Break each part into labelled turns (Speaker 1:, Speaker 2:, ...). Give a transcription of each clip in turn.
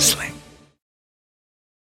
Speaker 1: Sling.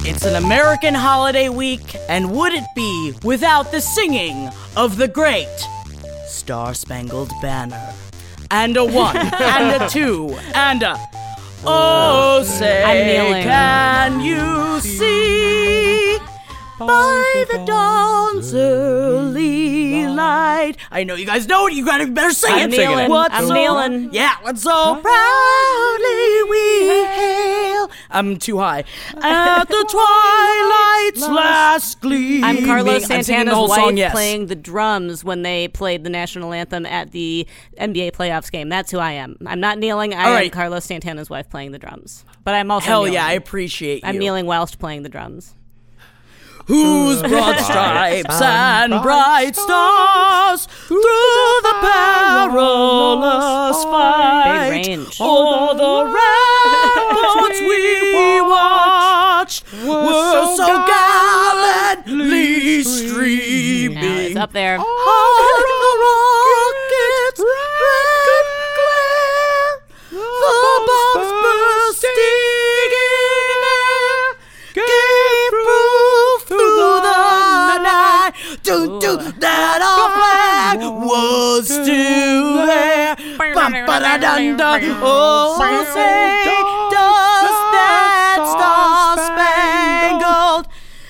Speaker 2: It's an American holiday week, and would it be without the singing of the great Star Spangled Banner? And a one, and a two, and a. Oh, say,
Speaker 3: I'm kneeling.
Speaker 2: can you see by the dawn's early light? I know you guys know it. You gotta better sing
Speaker 3: I'm
Speaker 2: it.
Speaker 3: kneeling.
Speaker 2: What's
Speaker 3: I'm
Speaker 2: so-
Speaker 3: kneeling.
Speaker 2: Yeah, what's so proudly we hail? I'm too high. At the twilight's last gleaming.
Speaker 3: I'm
Speaker 2: I'm
Speaker 3: Carlos
Speaker 2: singing
Speaker 3: Santana's
Speaker 2: the whole
Speaker 3: wife
Speaker 2: song, yes.
Speaker 3: playing the drums when they played the national anthem at the NBA playoffs game. That's who I am. I'm not kneeling. I
Speaker 2: All
Speaker 3: am
Speaker 2: right.
Speaker 3: Carlos Santana's wife playing the drums. But I'm also
Speaker 2: Hell
Speaker 3: kneeling.
Speaker 2: yeah, I appreciate you.
Speaker 3: I'm kneeling whilst playing the drums.
Speaker 2: Whose broad stripes and bright stars through the perilous
Speaker 3: Big
Speaker 2: fight,
Speaker 3: range.
Speaker 2: all the ramparts we watched were so gallantly
Speaker 3: Now it's
Speaker 2: streaming.
Speaker 3: up there.
Speaker 2: Over the rocket's red glare, the bombs bursting in air gave proof through the night doo, doo, that our flag was still there. Bum, ba, da, dun, dun. Oh, say, does that star-spangled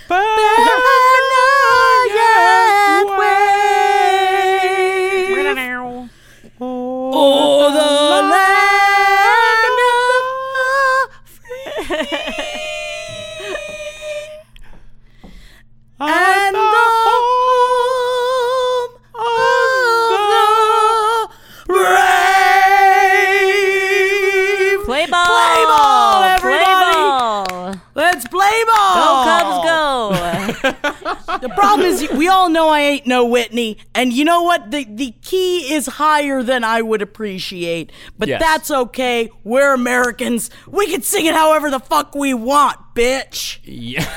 Speaker 2: banner yet wave? Oh, the land of the free and the home of the brave.
Speaker 3: Play ball.
Speaker 2: Play ball, everybody.
Speaker 3: Play ball.
Speaker 2: Let's play ball.
Speaker 3: Go Oh,
Speaker 2: Oh.
Speaker 3: Cubs, go.
Speaker 2: The problem is, we all know I ain't no Whitney, and you know what? The the key is higher than I would appreciate, but
Speaker 4: Yes.
Speaker 2: that's okay. We're Americans. We can sing it however the fuck we want, bitch.
Speaker 4: Yeah,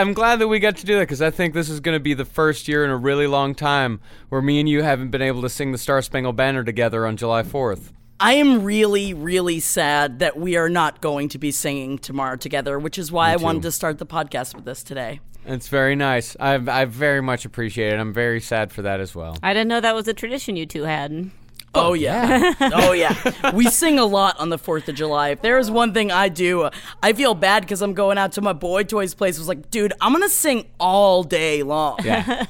Speaker 4: I'm glad that we got to do that because I think this is going to be the first year in a really long time where me and you haven't been able to sing the Star Spangled Banner together on July 4th.
Speaker 2: I am really, really sad that we are not going to be singing tomorrow together, which is why I wanted to start the podcast with this today.
Speaker 4: It's very nice. I I very much appreciate it. I'm very sad for that as well.
Speaker 3: I didn't know that was a tradition you two had.
Speaker 2: Oh, yeah. oh yeah. We sing a lot on the 4th of July. If there is one thing I do, uh, I feel bad cuz I'm going out to my boy toys place. I was like, "Dude, I'm going to sing all day long."
Speaker 4: Yeah.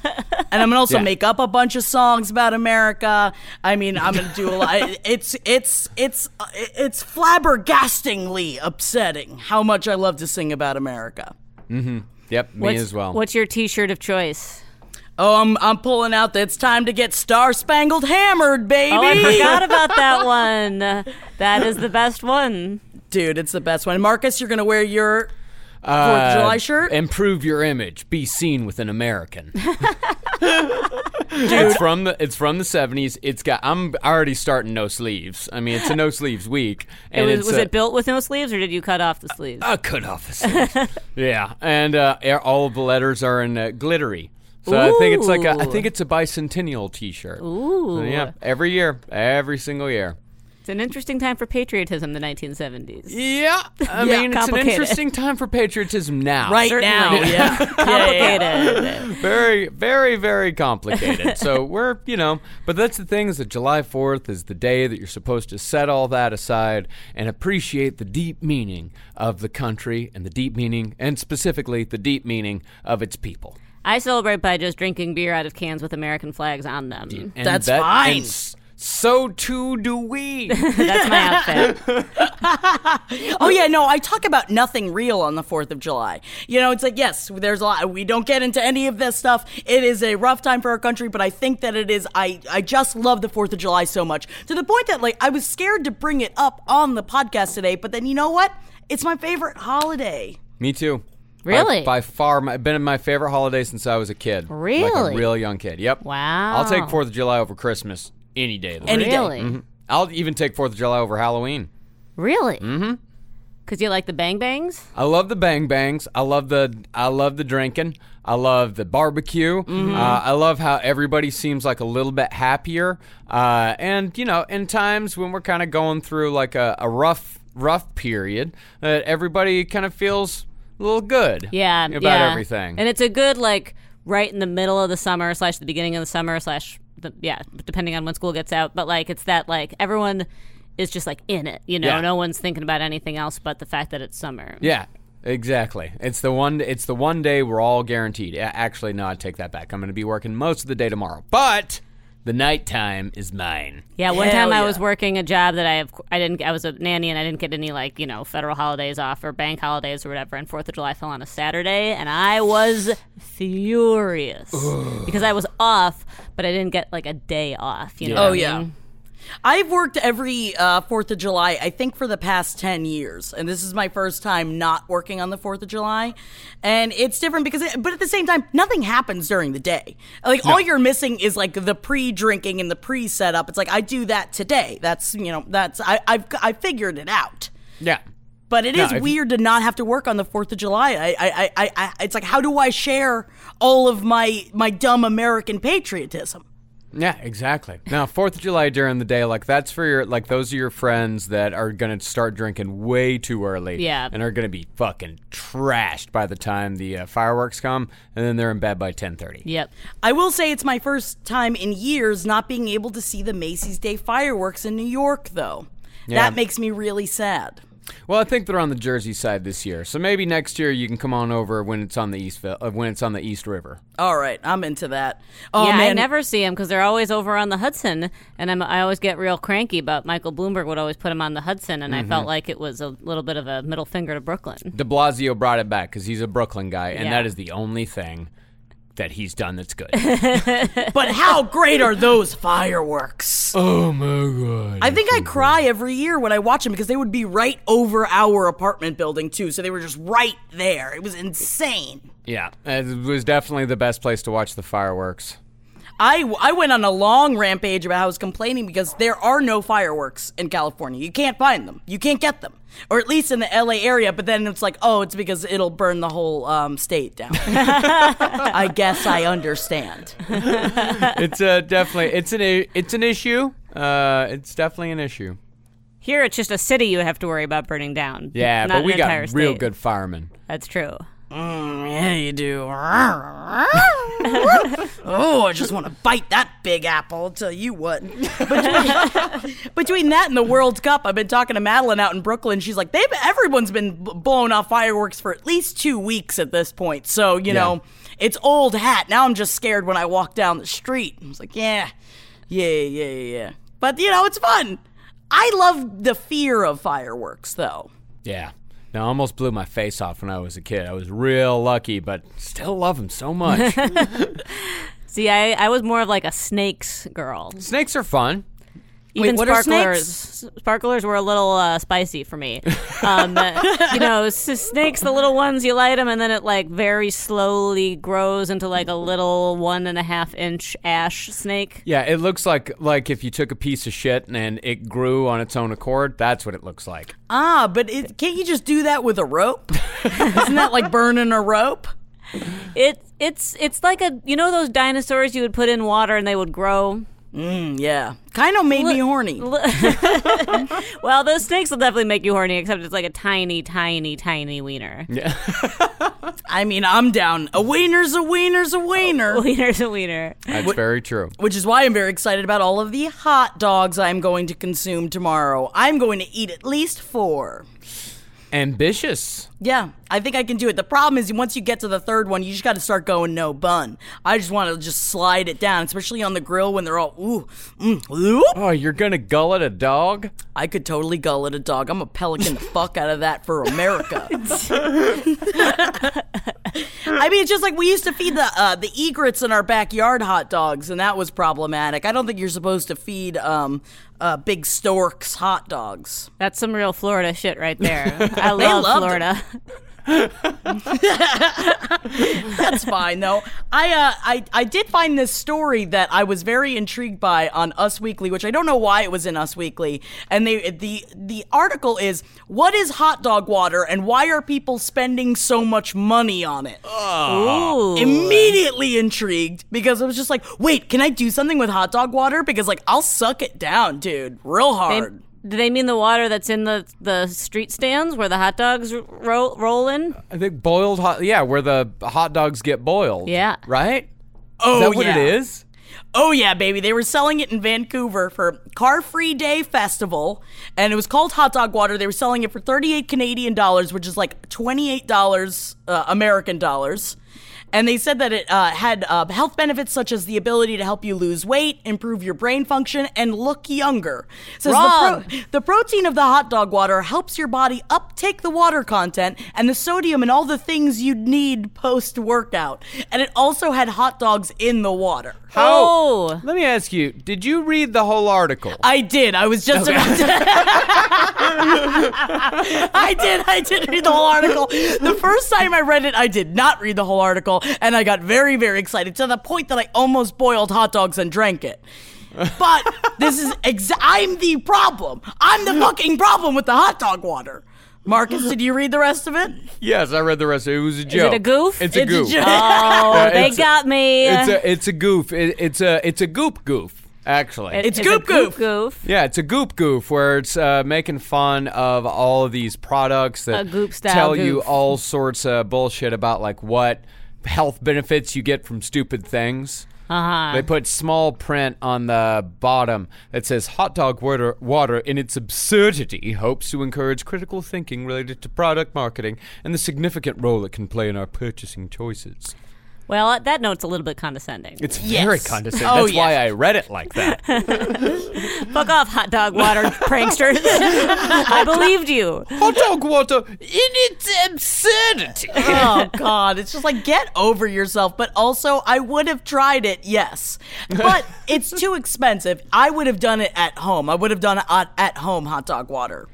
Speaker 2: And I'm going to also
Speaker 4: Yeah.
Speaker 2: make up a bunch of songs about America. I mean, I'm going to do a lot. It's it's it's uh, it's flabbergastingly upsetting how much I love to sing about America.
Speaker 4: Yep, me as well.
Speaker 3: What's your T-shirt of choice?
Speaker 2: Oh, I'm, I'm pulling out that it's time to get star spangled hammered, baby.
Speaker 3: Oh, I forgot about that one. That is the best one.
Speaker 2: Dude, it's the best one. Marcus, you're going to wear your Fourth of July shirt?
Speaker 4: Improve your image. Be seen with an American. It's from the it's from the seventies. It's got I'm already starting no sleeves. I mean, it's a no sleeves week.
Speaker 3: It
Speaker 4: And
Speaker 3: was,
Speaker 4: it's
Speaker 3: was
Speaker 4: a,
Speaker 3: it built with no sleeves, or did you cut off the sleeves?
Speaker 4: I cut off the sleeves. yeah, and uh, a- all of the letters are in uh, glittery. So I think it's like a, I
Speaker 3: Ooh.
Speaker 4: think it's a bicentennial T-shirt.
Speaker 3: Ooh.
Speaker 4: So, yeah, every year, every single year.
Speaker 3: It's an interesting time for patriotism, the 1970s.
Speaker 4: Yeah, I
Speaker 3: Yeah,
Speaker 4: mean it's an
Speaker 3: complicated.
Speaker 4: interesting time for patriotism now.
Speaker 2: Right
Speaker 3: Certainly.
Speaker 2: now, yeah.
Speaker 3: Complicated.
Speaker 4: very, very, very complicated. so we're, you know, but that's the thing is that July 4th is the day that you're supposed to set all that aside and appreciate the deep meaning of the country and the deep meaning, and specifically the deep meaning of its people.
Speaker 3: I celebrate by just drinking beer out of cans with American flags on them.
Speaker 4: And
Speaker 2: That's
Speaker 4: that-
Speaker 2: fine.
Speaker 4: and s- so too do we.
Speaker 3: That's my outfit.
Speaker 2: Oh yeah, no, I talk about nothing real on the 4th of July. You know, it's like yes, there's a lot we don't get into any of this stuff. It is a rough time for our country, but I think that it is I I just love the 4th of July so much. To the point that like I was scared to bring it up on the podcast today, but then you know what? It's my favorite holiday.
Speaker 4: Me too. By-
Speaker 3: Really?
Speaker 4: By, far, my, been my favorite holiday since I was a kid. Like
Speaker 3: Really?
Speaker 4: a real young kid. Yep.
Speaker 3: Wow.
Speaker 4: I'll take Fourth of July over Christmas any day. Of the
Speaker 2: Any
Speaker 4: week.
Speaker 2: day.
Speaker 3: Really? Mm-hmm.
Speaker 4: I'll even take Fourth of July over Halloween.
Speaker 3: Really? Mm-hmm. Because you like the bang bangs?
Speaker 4: I love the bang bangs. I love the I love the drinking. I love the barbecue.
Speaker 3: Mm-hmm.
Speaker 4: Uh, I love how everybody seems like a little bit happier. Uh, and you know, in times when we're kind of going through like a, a rough rough period, that everybody kind of feels a little good.
Speaker 3: Yeah.
Speaker 4: About
Speaker 3: yeah.
Speaker 4: everything.
Speaker 3: And it's a good, like, right in the middle of the summer slash the beginning of the summer slash, the, yeah, depending on when school gets out. But, like, it's that, like, everyone is just, like, in it. You know,
Speaker 4: Yeah.
Speaker 3: no one's thinking about anything else but the fact that it's summer.
Speaker 4: Yeah, exactly. It's the one. It's the one day we're all guaranteed. A- Actually, no, I take that back. I'm going to be working most of the day tomorrow, but the nighttime is mine.
Speaker 3: Yeah, one
Speaker 2: Hell
Speaker 3: time I
Speaker 2: yeah.
Speaker 3: was working a job that I have, I didn't I was a nanny and I didn't get any like you know federal holidays off or bank holidays or whatever, and Fourth of July fell on a Saturday, and I was furious because I was off, but I didn't get like a day off. You know? what I
Speaker 4: Oh,
Speaker 3: mean?
Speaker 2: I've worked every uh, 4th of July, I think, for the past 10 years. And this is my first time not working on the 4th of July. And it's different because, it, but at the same time, nothing happens during the day. Like, all you're missing is like the pre drinking and the pre setup. It's like, I do that today. That's, you know, that's, I, I've, I figured it out.
Speaker 4: Yeah.
Speaker 2: But it
Speaker 4: No,
Speaker 2: is
Speaker 4: if you-
Speaker 2: weird to not have to work on the Fourth of July. I, I, I, I, it's like, how do I share all of my my dumb American patriotism?
Speaker 4: Yeah, exactly. Now, Fourth of July during the day, like that's for your like those are your friends that are gonna start drinking way too early,
Speaker 3: Yeah.
Speaker 4: and are gonna be fucking trashed by the time the uh, fireworks come, and then they're in bed by ten thirty.
Speaker 3: Yep.
Speaker 2: I will say it's my first time in years not being able to see the Macy's Day fireworks in New York, though. That makes me really sad.
Speaker 4: Well, I think they're on the Jersey side this year, so maybe next year you can come on over when it's on the East uh, when it's on the East River.
Speaker 2: All right, I'm into that. Oh
Speaker 3: yeah,
Speaker 2: man,
Speaker 3: I never see them because they're always over on the Hudson, and I'm, I always get real cranky. But Michael Bloomberg would always put them on the Hudson, and I
Speaker 4: Mm-hmm.
Speaker 3: felt like it was a little bit of a middle finger to Brooklyn.
Speaker 4: De Blasio brought it back because he's a Brooklyn guy, and
Speaker 3: Yeah.
Speaker 4: that is the only thing that he's done that's good.
Speaker 2: But how great are those fireworks?
Speaker 4: oh my god!
Speaker 2: I think I cry every year when I watch them because they would be right over our apartment building too, so they were just right there. It was insane.
Speaker 4: Yeah, it was definitely the best place to watch the fireworks.
Speaker 2: I, I went on a long rampage about how I was complaining because there are no fireworks in California. You can't find them. You can't get them. Or at least in the LA area, but then it's like, oh, it's because it'll burn the whole um, state down. I guess I understand.
Speaker 4: it's uh, definitely it's an i- it's an issue. Uh, it's definitely an issue.
Speaker 3: Here, it's just a city you have to worry about burning down.
Speaker 4: Yeah,
Speaker 3: Not
Speaker 4: but we
Speaker 3: an
Speaker 4: got
Speaker 3: entire
Speaker 4: real
Speaker 3: state.
Speaker 4: good firemen.
Speaker 3: That's true.
Speaker 2: Mm, Yeah, you do. oh, I just want to bite that big apple. I'll tell you what. Between, between that and the World Cup, I've been talking to Madeline out in Brooklyn. She's like, they've everyone's been b- blowing off fireworks for at least two weeks at this point. So you know, it's old hat. Now I'm just scared when I walk down the street. I was like, yeah, yeah, yeah, yeah. yeah. But you know, it's fun. I love the fear of fireworks, though.
Speaker 4: Yeah. Now, I almost blew my face off when I was a kid. I was real lucky, but still love them so much.
Speaker 3: See, I, I was more of like a snakes girl.
Speaker 4: Snakes are fun.
Speaker 3: Even
Speaker 2: what are
Speaker 3: sparklers,
Speaker 2: snakes?
Speaker 3: sparklers were a little uh, spicy for me. Um, you know, s- snakes, the little ones, you light them, and then it like very slowly grows into like a little one and a half inch ash snake.
Speaker 4: Yeah, it looks like like if you took a piece of shit and it grew on its own accord. That's what it looks
Speaker 3: Um,
Speaker 4: like.
Speaker 2: Ah, but it, can't you just do that with a rope? Isn't that like burning a rope?
Speaker 3: It it's it's like a you know those dinosaurs you would put in water and they would grow.
Speaker 2: Yeah. Kind of made me horny.
Speaker 3: Well, those snakes will definitely make you horny, except it's like a tiny, tiny, tiny wiener.
Speaker 2: I mean, I'm down. A wiener's a wiener's a wiener.
Speaker 3: Wiener's a wiener.
Speaker 4: That's very true.
Speaker 2: Which is why I'm very excited about all of the hot dogs I'm going to consume tomorrow. I'm going to eat at least four.
Speaker 4: Ambitious.
Speaker 2: Yeah, I think I can do it. The problem is, once you get to the third one, you just got to start going no bun. I just want to just slide it down, especially on the grill when they're all ooh, mm, whoop.
Speaker 4: Oh, you're gonna gullet a dog?
Speaker 2: I could totally gullet a dog. I'm a pelican the fuck out of that for America. I mean, it's just like we used to feed the uh, the egrets in our backyard hot dogs, and that was problematic. I don't think you're supposed to feed um, uh, big storks hot dogs.
Speaker 3: That's some real Florida shit right there. I
Speaker 2: They
Speaker 3: love
Speaker 2: loved it.
Speaker 3: Florida.
Speaker 2: That's fine though. I uh, I I did find this story that I was very intrigued by on Us Weekly, which I don't know why it was in Us Weekly. And they the the article is what is hot dog water and why are people spending so much money on it?
Speaker 3: Ooh.
Speaker 2: Immediately intrigued because I was just like, wait, can I do something with hot dog water? Because like I'll suck it down, dude, real
Speaker 3: They-
Speaker 2: hard.
Speaker 3: do they mean the water that's in the, the street stands where the hot dogs ro- ro- roll in?
Speaker 4: I think boiled hot. Yeah, where the hot dogs get boiled.
Speaker 3: Yeah.
Speaker 4: Right.
Speaker 2: oh
Speaker 4: is that what
Speaker 2: yeah.
Speaker 4: it is?
Speaker 2: Oh yeah, baby. They were selling it in Vancouver for Car Free Day Festival, and it was called hot dog water. They were selling it for 38 Canadian dollars, which is like 28 dollars uh, American dollars. And they said that it uh, had uh, health benefits such as the ability to help you lose weight, improve your brain function, and look younger. It Says
Speaker 3: Wrong.
Speaker 2: The, pro- the protein of the hot dog water helps your body uptake the water content and the sodium and all the things you'd need post workout. And it also had hot dogs in the water.
Speaker 3: Oh. Uh,
Speaker 4: Let me ask you. Did you read the whole article?
Speaker 2: I did. I was just about to. I did. I did read the whole article. The first time I read it, I did not read the whole article, and I got very, very excited to the point that I almost boiled hot dogs and drank it. But this is exa- I'm the problem. I'm the fucking problem with the hot dog water. Marcus, did you read the rest of it?
Speaker 4: yes, I read the rest. Of it. it was a joke.
Speaker 3: a goof?
Speaker 4: It's a
Speaker 2: It's a
Speaker 4: goof.
Speaker 2: joke.
Speaker 3: Oh,
Speaker 4: Yeah,
Speaker 3: they
Speaker 4: it's-
Speaker 3: got me.
Speaker 4: It's a it's a goof. It, it's a it's a goop goof. Actually,
Speaker 3: It-
Speaker 2: It's
Speaker 3: a
Speaker 2: goop goof.
Speaker 3: goof.
Speaker 4: Yeah, it's a goop goof where it's uh, making fun of all of these products that
Speaker 3: A goop style
Speaker 4: tell you
Speaker 3: goof.
Speaker 4: all sorts of bullshit about like what health benefits you get from stupid things. Uh-huh.
Speaker 2: Uh.
Speaker 4: They put small print on the bottom that says hot dog water, water in its absurdity hopes to encourage critical thinking related to product marketing and the significant role it can play in our purchasing choices.
Speaker 3: Well, uh, that note's a little bit condescending.
Speaker 4: It's
Speaker 2: Yes.
Speaker 4: very condescending.
Speaker 2: Oh,
Speaker 4: That's why
Speaker 2: yeah.
Speaker 4: I read it like that.
Speaker 3: Fuck off, hot dog water pranksters. I believed you.
Speaker 4: hot dog water in its absurdity.
Speaker 2: oh god it's just like get over yourself but also i would have tried it yes but it's too expensive i would have done it at home i would have done it at, at home hot dog water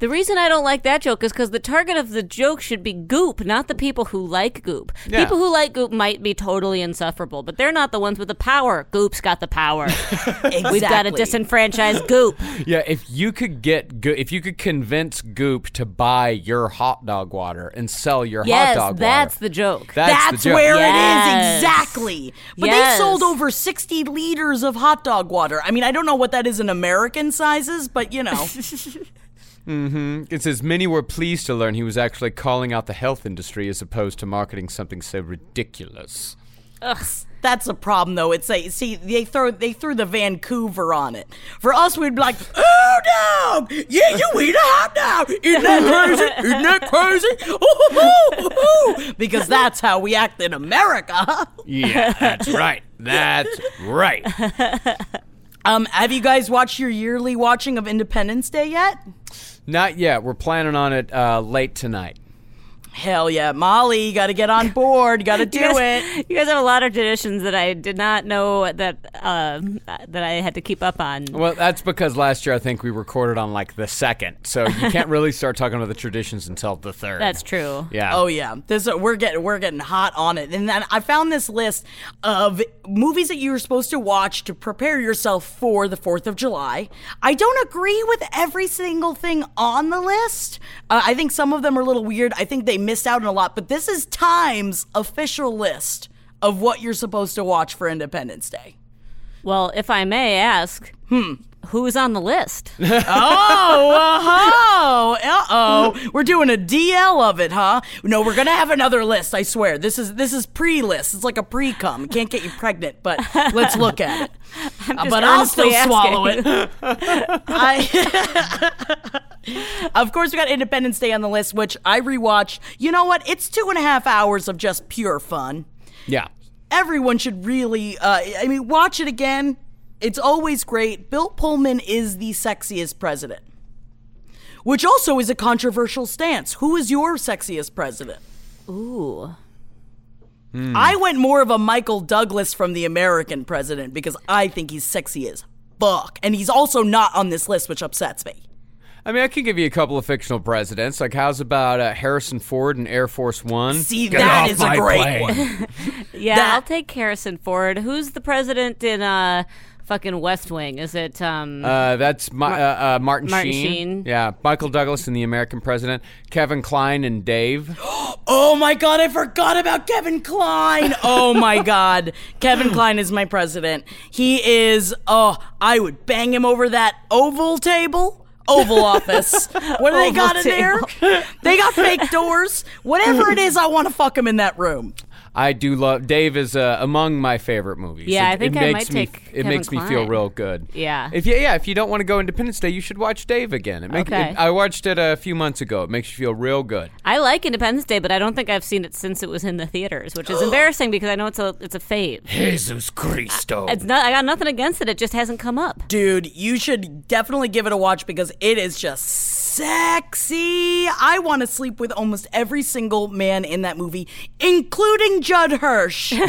Speaker 3: The reason I don't like that joke is because the target of the joke should be goop, not the people who like goop.
Speaker 4: Yeah.
Speaker 3: People who like goop might be totally insufferable, but they're not the ones with the power. Goop's got the power.
Speaker 2: exactly.
Speaker 3: We've got to disenfranchise goop.
Speaker 4: Yeah, if you could get Go- if you could convince Goop to buy your hot dog water and sell your hot
Speaker 3: yes,
Speaker 4: dog
Speaker 3: that's
Speaker 4: water.
Speaker 3: the joke.
Speaker 4: That's the
Speaker 2: That's
Speaker 4: joke.
Speaker 2: where
Speaker 3: Yes.
Speaker 2: it is exactly. But
Speaker 3: Yes.
Speaker 2: they sold over 60 liters of hot dog water. I mean, I don't know what that is in American sizes, but you know.
Speaker 4: It says many were pleased to learn he was actually calling out the health industry as opposed to marketing something so ridiculous.
Speaker 2: That's a problem, though. It's a see they throw they threw the Vancouver on it. For us, we'd be like, "Oh no, yeah, you eat a hot dog? Isn't that crazy? Isn't that crazy?" Ooh, ooh, ooh, ooh." Because that's how we act in America.
Speaker 4: Yeah, that's right. That's right.
Speaker 2: Um, have you guys watched your yearly watching of Independence Day yet?
Speaker 4: Not yet. We're planning on it uh, late tonight.
Speaker 2: Hell yeah, Molly, you got to get on board. You got to do
Speaker 3: you guys,
Speaker 2: it.
Speaker 3: You guys have a lot of traditions that I did not know that um, that I had to keep up on.
Speaker 4: Well, that's because last year I think we recorded on like the second, so you can't really start talking about the traditions until the third.
Speaker 3: That's true.
Speaker 4: Yeah.
Speaker 2: Oh yeah, this we're getting we're getting hot on it. And then I found this list of movies that you were supposed to watch to prepare yourself for the Fourth of July. I don't agree with every single thing on the list. Uh, I think some of them are a little weird. I think they missed out on a lot. But this is Time's official list of what you're supposed to watch for Independence Day.
Speaker 3: Well, if I may ask, hmm, who's on the list?
Speaker 2: Oh, uh oh. We're doing a DL of it, huh? No, we're gonna have another list, I swear. This is this is pre-list. It's like a pre-cum. Can't get you pregnant, but let's look at it. Uh,
Speaker 3: just
Speaker 2: but I'll still
Speaker 3: earnestly
Speaker 2: swallow it. I Of course, we got Independence Day on the list, which I rewatched. You know what? It's two and a half hours of just pure fun.
Speaker 4: Yeah.
Speaker 2: everyone should really uh, i mean watch it again it's always great bill pullman is the sexiest president which also is a controversial stance who is your sexiest president
Speaker 3: Ooh.
Speaker 2: i went more of a michael douglas from the american president because i think he's sexy as fuck and he's also not on this list which upsets me
Speaker 4: I mean, I could give you a couple of fictional presidents. Like, how's about uh, Harrison Ford and Air Force One?
Speaker 2: see that is a great one
Speaker 3: Yeah,
Speaker 2: That-
Speaker 3: I'll take Harrison Ford. Who's the president in uh fucking West Wing? Is it um
Speaker 4: Uh, that's my, uh, uh, Martin,
Speaker 3: Martin
Speaker 4: Sheen.
Speaker 3: Sheen.
Speaker 4: Yeah, Michael Douglas and the American President. Kevin Klein and Dave.
Speaker 2: Oh my god, I forgot about Kevin Klein. Oh my god. Kevin Klein is my president. He is oh, I would bang him over that oval table. Oval office. What do they got in there? They got fake doors. Whatever it is, I want to fuck him in that room.
Speaker 4: I do love Dave is uh, among my favorite movies.
Speaker 3: Yeah,
Speaker 4: it,
Speaker 3: I think
Speaker 4: it
Speaker 3: I
Speaker 4: makes
Speaker 3: might
Speaker 4: me,
Speaker 3: take
Speaker 4: It
Speaker 3: Kevin
Speaker 4: makes me feel
Speaker 3: Kline.
Speaker 4: real good.
Speaker 3: Yeah.
Speaker 4: If you, yeah, if you don't want to go Independence Day, you should watch Dave again. It make,
Speaker 3: Okay.
Speaker 4: it- I watched it a few months ago. It makes you feel real good.
Speaker 3: I like Independence Day, but I don't think I've seen it since it was in the theaters, which is embarrassing because I know it's a it's a fave.
Speaker 4: Jesus Christo.
Speaker 3: It's not I got nothing against it, it just hasn't come up.
Speaker 2: Dude, you should definitely give it a watch because it is just sexy. I want to sleep with almost every single man in that movie, including Judd Hirsch. Throwing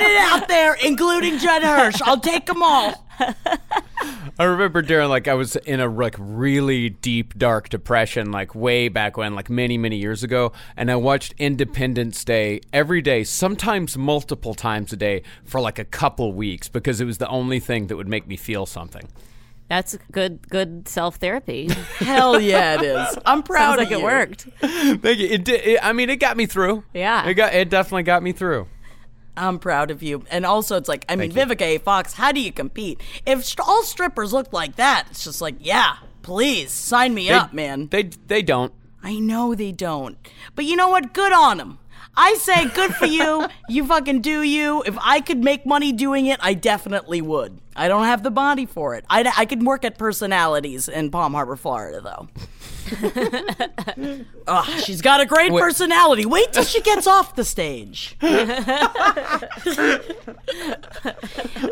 Speaker 2: it out there, including Judd Hirsch. I'll take them all.
Speaker 4: I remember during like I was in a like really deep dark depression like way back when like many many years ago and I watched Independence Day every day sometimes multiple times a day for like a couple weeks because it was the only thing that would make me feel something.
Speaker 3: That's good good self therapy.
Speaker 2: Hell yeah, it is. I'm proud
Speaker 3: Sounds like
Speaker 2: of
Speaker 3: it
Speaker 2: you.
Speaker 3: worked.
Speaker 4: Thank you. It, did, it I mean it got me through.
Speaker 3: Yeah.
Speaker 4: It got it definitely got me through.
Speaker 2: I'm proud of you. And also, it's like, I mean, Vivica A. Fox, how do you compete? If st- all strippers looked like that, it's just like, yeah, please sign me up, man.
Speaker 4: They they don't.
Speaker 2: I know they don't. But you know what? Good on them. I say good for you. you fucking do you. If I could make money doing it, I definitely would. I don't have the body for it. I, I could work at personalities in Palm Harbor, Florida, though. Ah, she's got a great personality. Wait till she gets off the stage.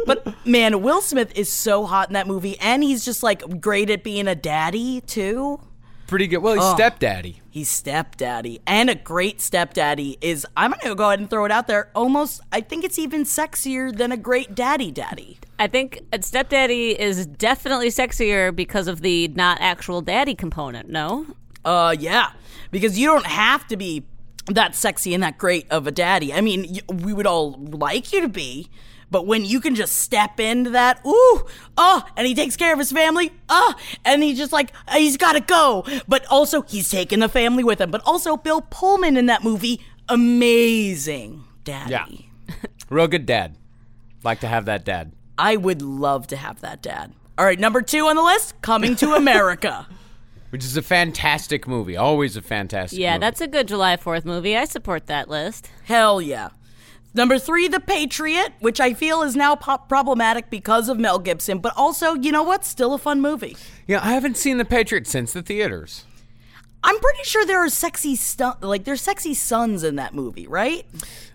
Speaker 2: but man, Will Smith is so hot in that movie, and he's just like great at being a daddy, too.
Speaker 4: Pretty good. Well, he's stepdaddy.
Speaker 2: He's stepdaddy, and a great stepdaddy is. I'm gonna go ahead and throw it out there. Almost, I think it's even sexier than a great daddy daddy.
Speaker 3: I think a stepdaddy is definitely sexier because of the not actual daddy component, no?
Speaker 2: Uh, yeah, because you don't have to be that sexy and that great of a daddy. I mean, y- we would all like you to be, but when you can just step into that, ooh, oh, and he takes care of his family, oh, and he's just like, uh, he's gotta go. But also, he's taking the family with him. But also, Bill Pullman in that movie, amazing daddy.
Speaker 4: Yeah. Real good dad. Like to have that dad.
Speaker 2: I would love to have that dad. All right, number two on the list, Coming to America.
Speaker 4: Which is a fantastic movie. Always a fantastic
Speaker 3: Yeah,
Speaker 4: movie.
Speaker 3: that's a good July 4th movie. I support that list.
Speaker 2: Hell yeah. Number three, The Patriot, which I feel is now pop- problematic because of Mel Gibson, but also, you know what? Still a fun movie.
Speaker 4: Yeah, I haven't seen The Patriot since the theaters.
Speaker 2: I'm pretty sure there are sexy stu- like there's sexy sons in that movie, right?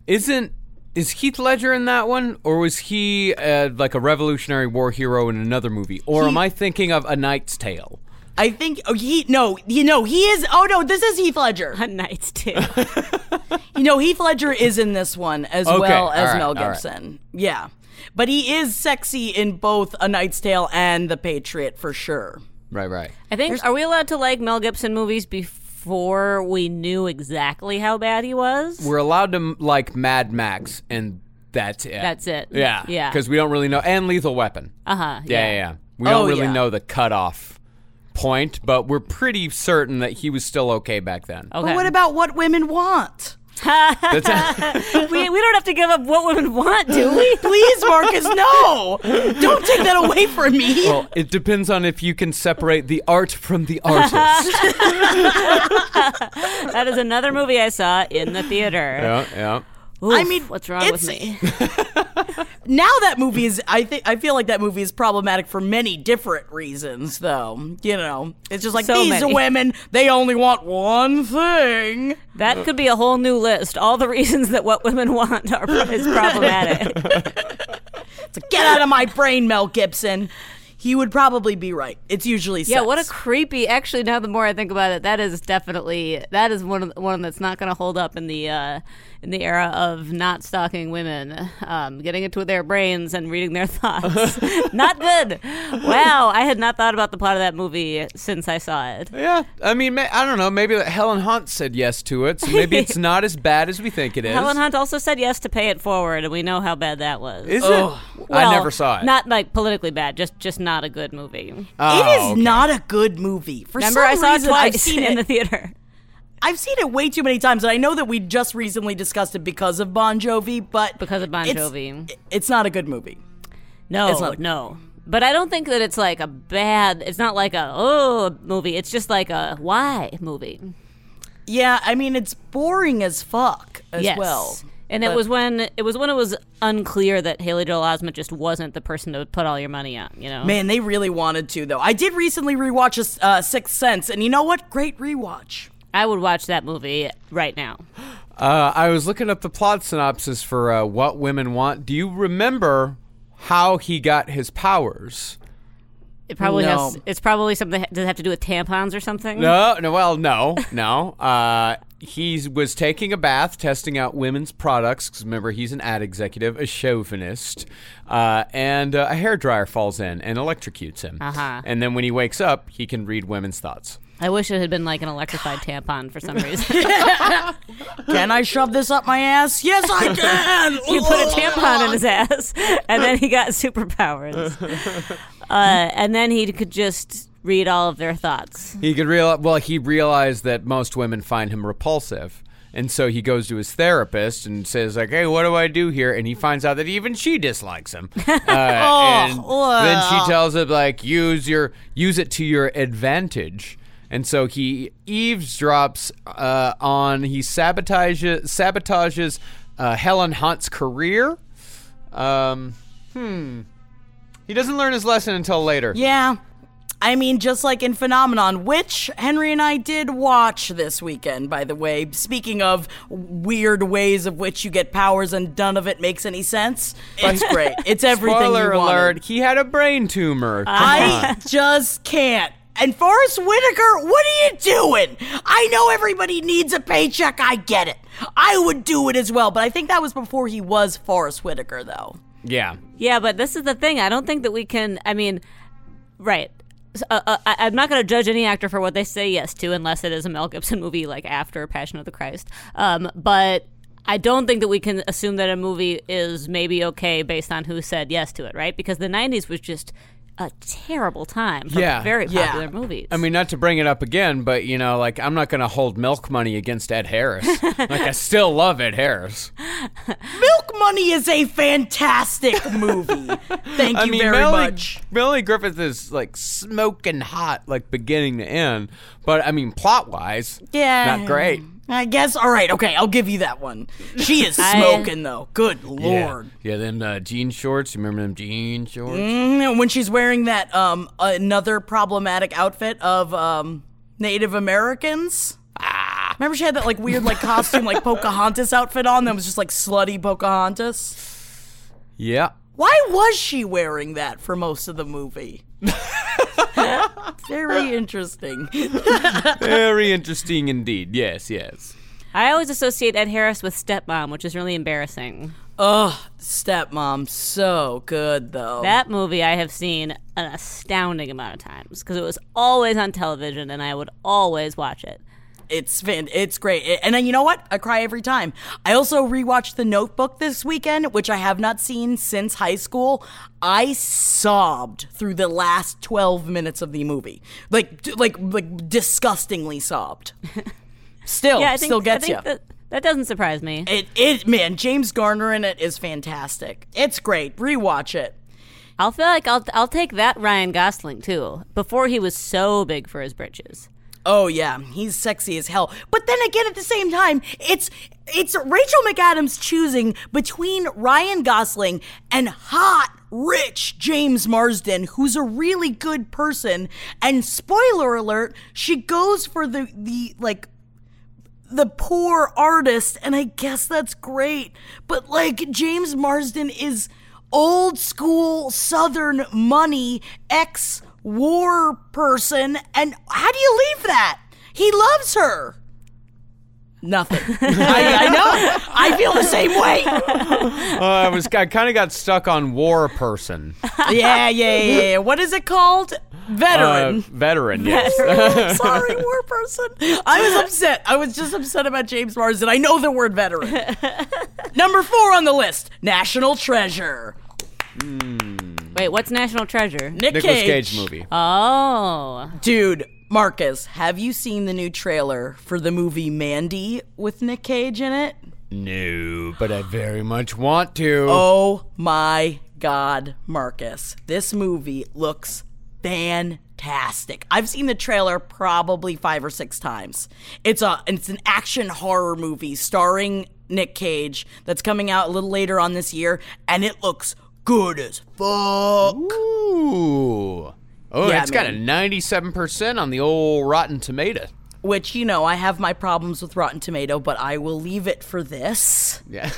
Speaker 4: Isn't is Heath Ledger in that one, or was he uh, like a Revolutionary War hero in another movie? Or am I thinking of A Knight's Tale?
Speaker 2: I think oh he no, you know, he is oh no, this is Heath Ledger.
Speaker 3: A night's too.
Speaker 2: You know, Heath Ledger is in this one as
Speaker 4: Okay,
Speaker 2: well as
Speaker 4: alright,
Speaker 2: Mel
Speaker 4: alright.
Speaker 2: Gibson. Yeah. But he is sexy in both A Knight's Tale and The Patriot for sure.
Speaker 4: Right, right.
Speaker 3: I think are we allowed to like Mel Gibson movies before we knew exactly how bad he was?
Speaker 4: We're allowed to m- like Mad Max, and that's it.
Speaker 3: That's it.
Speaker 4: Yeah,
Speaker 3: Yeah.
Speaker 4: Because we don't really know, and Lethal Weapon. Uh
Speaker 3: Uh-huh,
Speaker 4: Yeah, yeah. yeah. We don't
Speaker 2: Oh,
Speaker 4: really
Speaker 2: yeah.
Speaker 4: know the cutoff point, but we're pretty certain that he was still okay back then.
Speaker 3: Okay.
Speaker 2: But what about what women want?
Speaker 4: That's
Speaker 3: we, we don't have to give up what women want, do we?
Speaker 2: Please, Marcus, no! Don't take that away from me.
Speaker 4: well, it depends on if you can separate the art from the artist.
Speaker 3: That is another movie I saw in the theater.
Speaker 4: yeah, yeah.
Speaker 3: Oof,
Speaker 2: I mean,
Speaker 3: what's wrong
Speaker 2: it's-
Speaker 3: with me?
Speaker 2: now that movie is I think I feel like that movie is problematic for many different reasons though. You know, it's just like
Speaker 3: So
Speaker 2: these
Speaker 3: many.
Speaker 2: women, they only want one thing.
Speaker 3: That could be a whole new list. All the reasons that what women want are is problematic.
Speaker 2: It's like, get out of my brain, Mel Gibson. He would probably be right. It's usually
Speaker 3: yeah, what a
Speaker 2: sex.
Speaker 3: creepy. Actually, now the more I think about it, that is definitely that is one of the- one that's not going to hold up in the uh, in the era of not stalking women, um, getting into their brains and reading their thoughts. not good. Wow, I had not thought about the plot of that movie since I saw it.
Speaker 4: Yeah, I mean, ma- I don't know. Maybe that Helen Hunt said yes to it, so maybe it's not as bad as we think it is.
Speaker 3: Helen Hunt also said yes to pay it forward, and we know how bad that was.
Speaker 4: is it?
Speaker 3: Oh, Well,
Speaker 4: I never saw it.
Speaker 3: Not like politically bad, just just not a good movie.
Speaker 4: Oh,
Speaker 2: It is
Speaker 4: okay.
Speaker 2: not a good movie. Uh, For
Speaker 3: Remember,
Speaker 2: some
Speaker 3: I saw it
Speaker 2: reason,
Speaker 3: twice
Speaker 2: I've seen
Speaker 3: in
Speaker 2: it.
Speaker 3: the theater.
Speaker 2: I've seen it way too many times, and I know that we just recently discussed it because of Bon Jovi, but
Speaker 3: Because of Bon
Speaker 2: it's-
Speaker 3: Jovi.
Speaker 2: it's not a good movie.
Speaker 3: No,
Speaker 2: It's not-
Speaker 3: no. But I don't think that it's like a bad. It's not like a oh movie. It's just like a why movie.
Speaker 2: Yeah, I mean it's boring as fuck as
Speaker 3: yes.
Speaker 2: well.
Speaker 3: and it was when it was when it was unclear that Haley Joel Osment just wasn't the person to put all your money on. You know.
Speaker 2: Man, they really wanted to though. I did recently rewatch a s- uh, Sixth Sense, and you know what? Great rewatch.
Speaker 3: I would watch that movie right now.
Speaker 4: Uh, I was looking up the plot synopsis for uh, What Women Want. Do you remember how he got his powers?
Speaker 3: It probably
Speaker 2: No.
Speaker 3: has. It's probably something. Does it have to do with tampons or something?
Speaker 4: Uh, No, no. Well, no, no. Uh, he was taking a bath, testing out women's products. 'cause remember, he's an ad executive, a chauvinist, uh, and uh, a hairdryer falls in and electrocutes him.
Speaker 3: Uh-huh.
Speaker 4: And then when he wakes up, he can read women's thoughts.
Speaker 3: I wish it had been like an electrified tampon for some reason.
Speaker 2: Can I shove this up my ass? Yes, I can.
Speaker 3: you put a tampon in his ass, and then he got superpowers. Uh, and then he could just read all of their thoughts.
Speaker 4: He could real well. He realized that most women find him repulsive, and so he goes to his therapist and says, "Like, hey, what do I do here?" And he finds out that even she dislikes him. Uh, and then she tells him, "Like, use your use it to your advantage." And so he eavesdrops uh, on. He sabotages sabotages uh, Helen Hunt's career. Um, hmm. He doesn't learn his lesson until later.
Speaker 2: Yeah. I mean, just like in Phenomenon, which Henry and I did watch this weekend, by the way. Speaking of weird ways of which you get powers and none of it makes any sense, it's great. It's everything
Speaker 4: Spoiler
Speaker 2: you wanted. Uh,
Speaker 4: alert, he had a brain tumor. Come
Speaker 2: I just can't. And Forrest Whitaker, what are you doing? I know everybody needs a paycheck. I get it. I would do it as well, but I think that was before he was Forrest Whitaker, though.
Speaker 4: on. Yeah.
Speaker 3: Yeah, but this is the thing. I don't think that we can. I mean, right. So, uh, uh, I, I'm not going to judge any actor for what they say yes to, unless it is a Mel Gibson movie like after Passion of the Christ. Um, but I don't think that we can assume that a movie is maybe okay based on who said yes to it, right? Because the '90s was just a terrible time for
Speaker 4: Yeah.
Speaker 3: very
Speaker 2: Yeah.
Speaker 3: popular movies.
Speaker 4: I mean, not to bring it up again, but you know, like I'm not going to hold milk money against Ed Harris. like I still love Ed Harris.
Speaker 2: Milk Money is a fantastic movie. Thank you
Speaker 4: I mean,
Speaker 2: very
Speaker 4: Melanie,
Speaker 2: much.
Speaker 4: Melanie Griffith is like smoking hot, like beginning to end. But I mean, plot wise,
Speaker 2: Yeah.
Speaker 4: not great.
Speaker 2: I guess. All right. Okay. I'll give you that one. She is smoking, though. Good lord.
Speaker 4: Yeah, yeah. Them uh, jean shorts. You remember them jean shorts?
Speaker 2: Mm, When she's wearing that um another problematic outfit of um Native Americans. Remember she had that like weird like costume like Pocahontas outfit on that was just like slutty Pocahontas.
Speaker 4: Yeah.
Speaker 2: Why was she wearing that for most of the movie? Very interesting.
Speaker 4: Very interesting indeed. Yes, yes.
Speaker 3: I always associate Ed Harris with Stepmom, which is really embarrassing.
Speaker 2: Ugh, stepmom, so good though.
Speaker 3: That movie I have seen an astounding amount of times because it was always on television and I would always watch it.
Speaker 2: It's fan- it's great. It- and then you know what? I cry every time. I also rewatched The Notebook this weekend, which I have not seen since high school. I sobbed through the last 12 minutes of the movie. Like d- like like disgustingly sobbed. Still
Speaker 3: Yeah, I think
Speaker 2: Oh, still gets
Speaker 3: I think
Speaker 2: you.
Speaker 3: That, That doesn't surprise me.
Speaker 2: It it man, James Garner in it is fantastic. It's great. Rewatch it.
Speaker 3: I'll feel like I'll I'll take that Ryan Gosling too. Before he was so big for his britches.
Speaker 2: Oh yeah, he's sexy as hell. But then again, at the same time, it's it's Rachel McAdams choosing between Ryan Gosling and hot rich James Marsden, who's a really good person. And spoiler alert, she goes for the the like the poor artist, and I guess that's great. But like James Marsden is old school Southern money ex war person, and how do you leave that? He loves her. Nothing. I, I know. I feel the same way.
Speaker 4: Uh, I was I kind of got stuck on war person.
Speaker 2: Yeah, yeah, yeah. yeah. What is it called?
Speaker 4: Uh,
Speaker 2: Veteran.
Speaker 4: veteran, yes.
Speaker 2: Sorry, war person. I was upset. I was just upset about James Marsden. I know the word veteran. Number four on the list: National Treasure.
Speaker 3: Wait, what's National Treasure?
Speaker 2: Nick
Speaker 4: Nicholas Cage movie.
Speaker 3: Oh,
Speaker 2: Dude, Marcus, have you seen the new trailer for the movie Mandy with Nick Cage in it?
Speaker 4: no, but I very much want to.
Speaker 2: Oh my God, Marcus. This movie looks fantastic. I've seen the trailer probably five or six times. It's a it's an action horror movie starring Nick Cage that's coming out a little later on this year, and it looks good as fuck.
Speaker 4: Ooh. Oh,
Speaker 2: Yeah,
Speaker 4: it's got a 97% on the old Rotten Tomato.
Speaker 2: Which, you know, I have my problems with Rotten Tomato, but I will leave it for this.
Speaker 4: Yeah.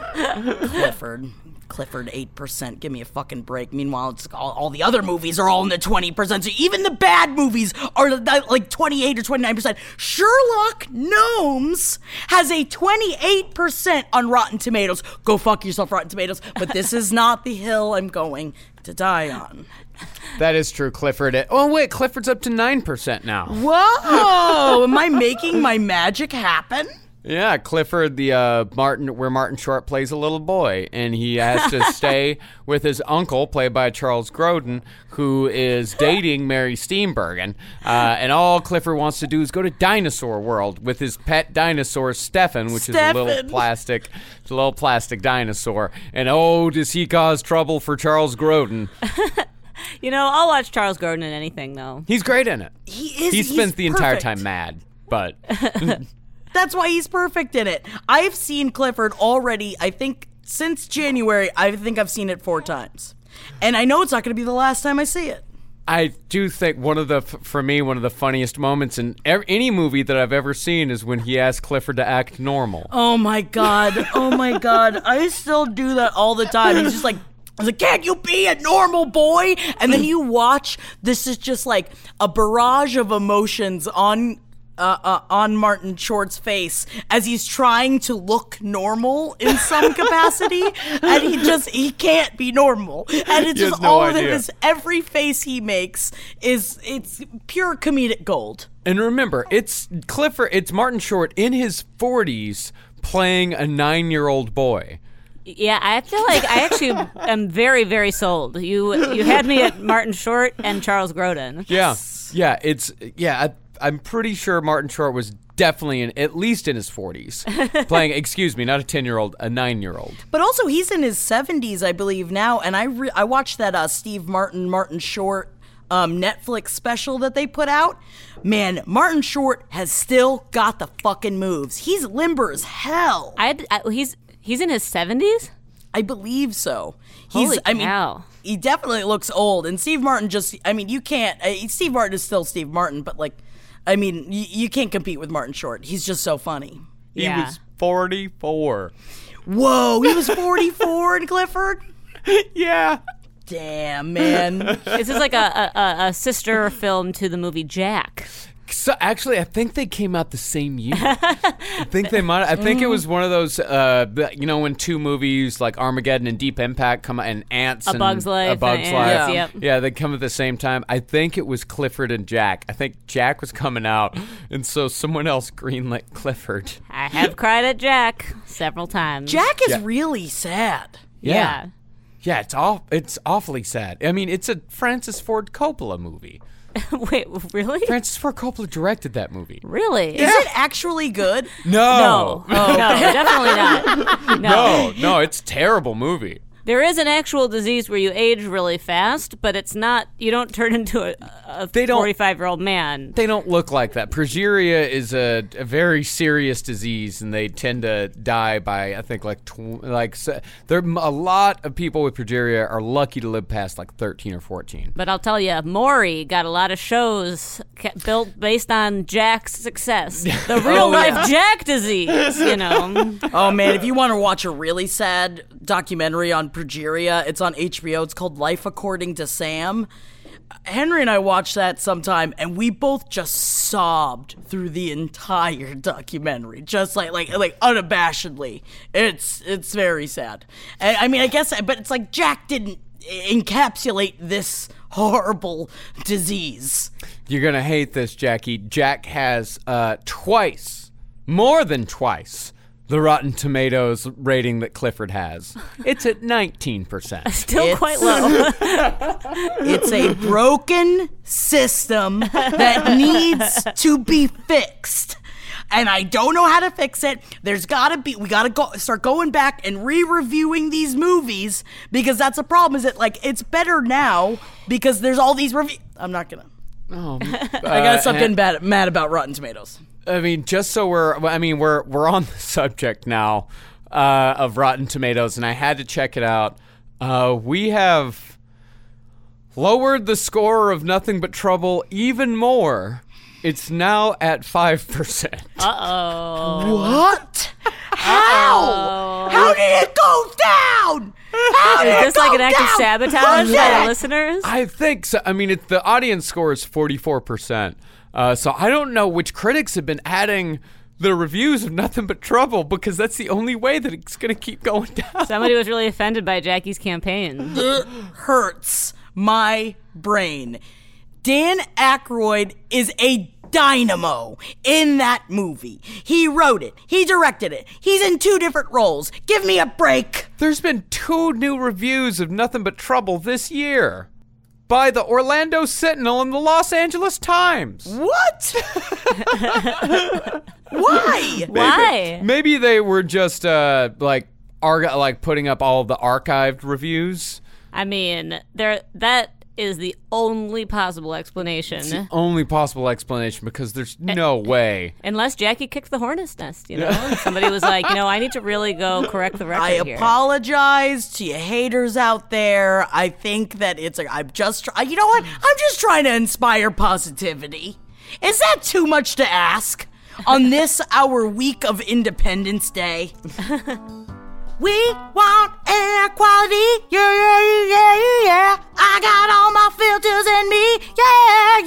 Speaker 2: Clifford. Clifford, 8%. Give me a fucking break. Meanwhile, it's all, all the other movies are all in the 20%. So even the bad movies are th- like 28 or 29%. Sherlock Gnomes has a 28% on Rotten Tomatoes. Go fuck yourself, Rotten Tomatoes. But this is not the hill I'm going to die on.
Speaker 4: that is true, Clifford. Oh, wait, Clifford's up to 9% now.
Speaker 2: Whoa! Am I making my magic happen?
Speaker 4: Yeah, Clifford, the uh, Martin, where Martin Short plays a little boy, and he has to stay with his uncle, played by Charles Grodin, who is dating Mary Steenburgen. Uh, and all Clifford wants to do is go to Dinosaur World with his pet dinosaur Stefan, which is a
Speaker 2: Stefan.
Speaker 4: little plastic, it's a little plastic dinosaur. And oh, does he cause trouble for Charles Grodin?
Speaker 3: you know I'll watch Charles Gordon in anything though.
Speaker 4: He's great in it.
Speaker 2: He is.
Speaker 4: He
Speaker 2: he's
Speaker 4: spends the entire
Speaker 2: perfect.
Speaker 4: time mad, but
Speaker 2: That's why he's perfect in it. I've seen Clifford already, I think, since January, I think I've seen it four times. And I know it's not going to be the last time I see it.
Speaker 4: I do think one of the, f- for me, one of the funniest moments in ev- any movie that I've ever seen is when he asked Clifford to act normal.
Speaker 2: Oh my God. Oh my God. I still do that all the time. He's just like, I was like, can't you be a normal boy? And then you watch, this is just like a barrage of emotions on. Uh, uh, on Martin Short's face as he's trying to look normal in some capacity, and he just he can't be normal, and it's
Speaker 4: He has
Speaker 2: just
Speaker 4: no
Speaker 2: all of it
Speaker 4: idea.
Speaker 2: is every face he makes is it's pure comedic gold.
Speaker 4: And remember, it's Clifford, it's Martin Short in his 40s playing a nine year old boy.
Speaker 3: Yeah, I feel like I actually am very very sold. You you had me at Martin Short and Charles Grodin.
Speaker 4: Yeah. Yeah. It's, yeah, I, I'm pretty sure Martin Short was definitely in, at least in his 40s, playing, excuse me, not a 10 year old, a nine year old.
Speaker 2: But also, he's in his seventies, I believe now. And I re- I watched that uh, Steve Martin Martin Short um, Netflix special that they put out. Man, Martin Short has still got the fucking moves. He's limber as hell. I,
Speaker 3: I, had- I he's he's in his seventies.
Speaker 2: believe so. He's.
Speaker 3: Holy
Speaker 2: I mean.
Speaker 3: cow.
Speaker 2: He definitely looks old, and Steve Martin just—I mean, you can't. Uh, Steve Martin is still Steve Martin, but like, I mean, you, you can't compete with Martin Short. He's just so funny.
Speaker 3: yeah.
Speaker 4: He was 44.
Speaker 2: Whoa, he was 44 in Clifford.
Speaker 4: Yeah.
Speaker 2: Damn, man.
Speaker 3: This is like a, a, a, a sister film to the movie Jack.
Speaker 4: So actually, I think they came out the same year. I think they might. I think it was
Speaker 3: Mm.
Speaker 4: one of those, uh, the- you know, when two movies like Armageddon and Deep Impact come out, and Ants, a and
Speaker 3: Bug's Life
Speaker 4: a
Speaker 3: and
Speaker 4: Bug's Life,
Speaker 3: Ants, yep.
Speaker 4: yeah, they come at the same time. I think it was Clifford and Jack. I think Jack was coming out, and so someone else greenlit Clifford.
Speaker 3: I have cried at Jack several times.
Speaker 2: Jack is really sad.
Speaker 3: yeah.
Speaker 4: Yeah, it's off. It's awfully sad. I mean, it's a Francis Ford Coppola movie.
Speaker 3: Wait, really?
Speaker 4: Francis Ford Coppola directed that movie.
Speaker 3: Really?
Speaker 2: Is it actually good?
Speaker 4: No,
Speaker 3: No, no, definitely not.
Speaker 4: no, no, it's a terrible movie.
Speaker 3: There is an actual disease where you age really fast, but it's not. You don't turn into a, a
Speaker 4: They don't-
Speaker 3: forty-five-year-old man.
Speaker 4: They don't look like that. Progeria is a, a very serious disease, and they tend to die by I think like tw- like se- there a lot of people with progeria are lucky to live past like thirteen or fourteen.
Speaker 3: But I'll tell you, Maury got a lot of shows ca- built based on Jack's success. The real life Jack disease, you know.
Speaker 2: Oh man, if you want to watch a really sad documentary on progeria, it's on HBO. It's called Life According to Sam. Henry and I watched that sometime and we both just sobbed through the entire documentary. Just like like like unabashedly. It's it's very sad. I, I mean, I guess but it's like Jack didn't e-, encapsulate this horrible disease.
Speaker 4: You're gonna hate this, Jackie. Jack has uh, twice, more than twice, the Rotten Tomatoes rating that Clifford has. It's at 19%.
Speaker 3: Still
Speaker 2: It's-
Speaker 3: quite low.
Speaker 2: It's a broken system that needs to be fixed. And I don't know how to fix it. There's got to be we got to go start going back and re-reviewing these movies because that's a problem is it like it's better now because there's all these review I'm not going to
Speaker 3: Oh.
Speaker 2: I got to stop
Speaker 3: Uh,
Speaker 2: getting bad, mad about Rotten Tomatoes.
Speaker 4: I mean, just so we're, I mean, we're we're on the subject now uh, of Rotten Tomatoes, and I had to check it out. Uh, we have lowered the score of Nothing But Trouble even more. It's now at five percent.
Speaker 2: What? How? How did it go down? How did
Speaker 3: Is
Speaker 2: it
Speaker 3: this like
Speaker 2: go
Speaker 3: an act of
Speaker 2: down? Oh,
Speaker 3: sabotage by
Speaker 2: Project!
Speaker 3: our listeners?
Speaker 4: I think so. I mean, it, the audience score is 44%. Uh, so I don't know which critics have been adding the reviews of Nothing But Trouble because that's the only way that it's going to keep going down.
Speaker 3: Somebody was really offended by Jackie's campaign.
Speaker 2: hurts my brain. Dan Aykroyd is a dynamo in that movie. He wrote it, he directed it, he's in two different roles. Give me a break.
Speaker 4: There's been two new reviews of Nothing But Trouble this year by the Orlando Sentinel and the Los Angeles
Speaker 2: Hmm?
Speaker 4: Times.
Speaker 2: What? Why?
Speaker 3: Why?
Speaker 4: Maybe they were just uh, like, arg- like putting up all the archived reviews.
Speaker 3: I mean, there that is the only possible explanation.
Speaker 4: Only possible explanation because there's no way.
Speaker 3: Unless Jackie kicked the hornet's nest, you know? And somebody was like, you know, I need to really go correct the record
Speaker 2: I
Speaker 3: here.
Speaker 2: apologize to you haters out there. I think that it's a, I'm just, try- you know what? I'm just trying to inspire positivity. Is that too much to ask on this, our week of Independence Day? we want air quality. Yeah, yeah, yeah, yeah, yeah. I got all my filters in me.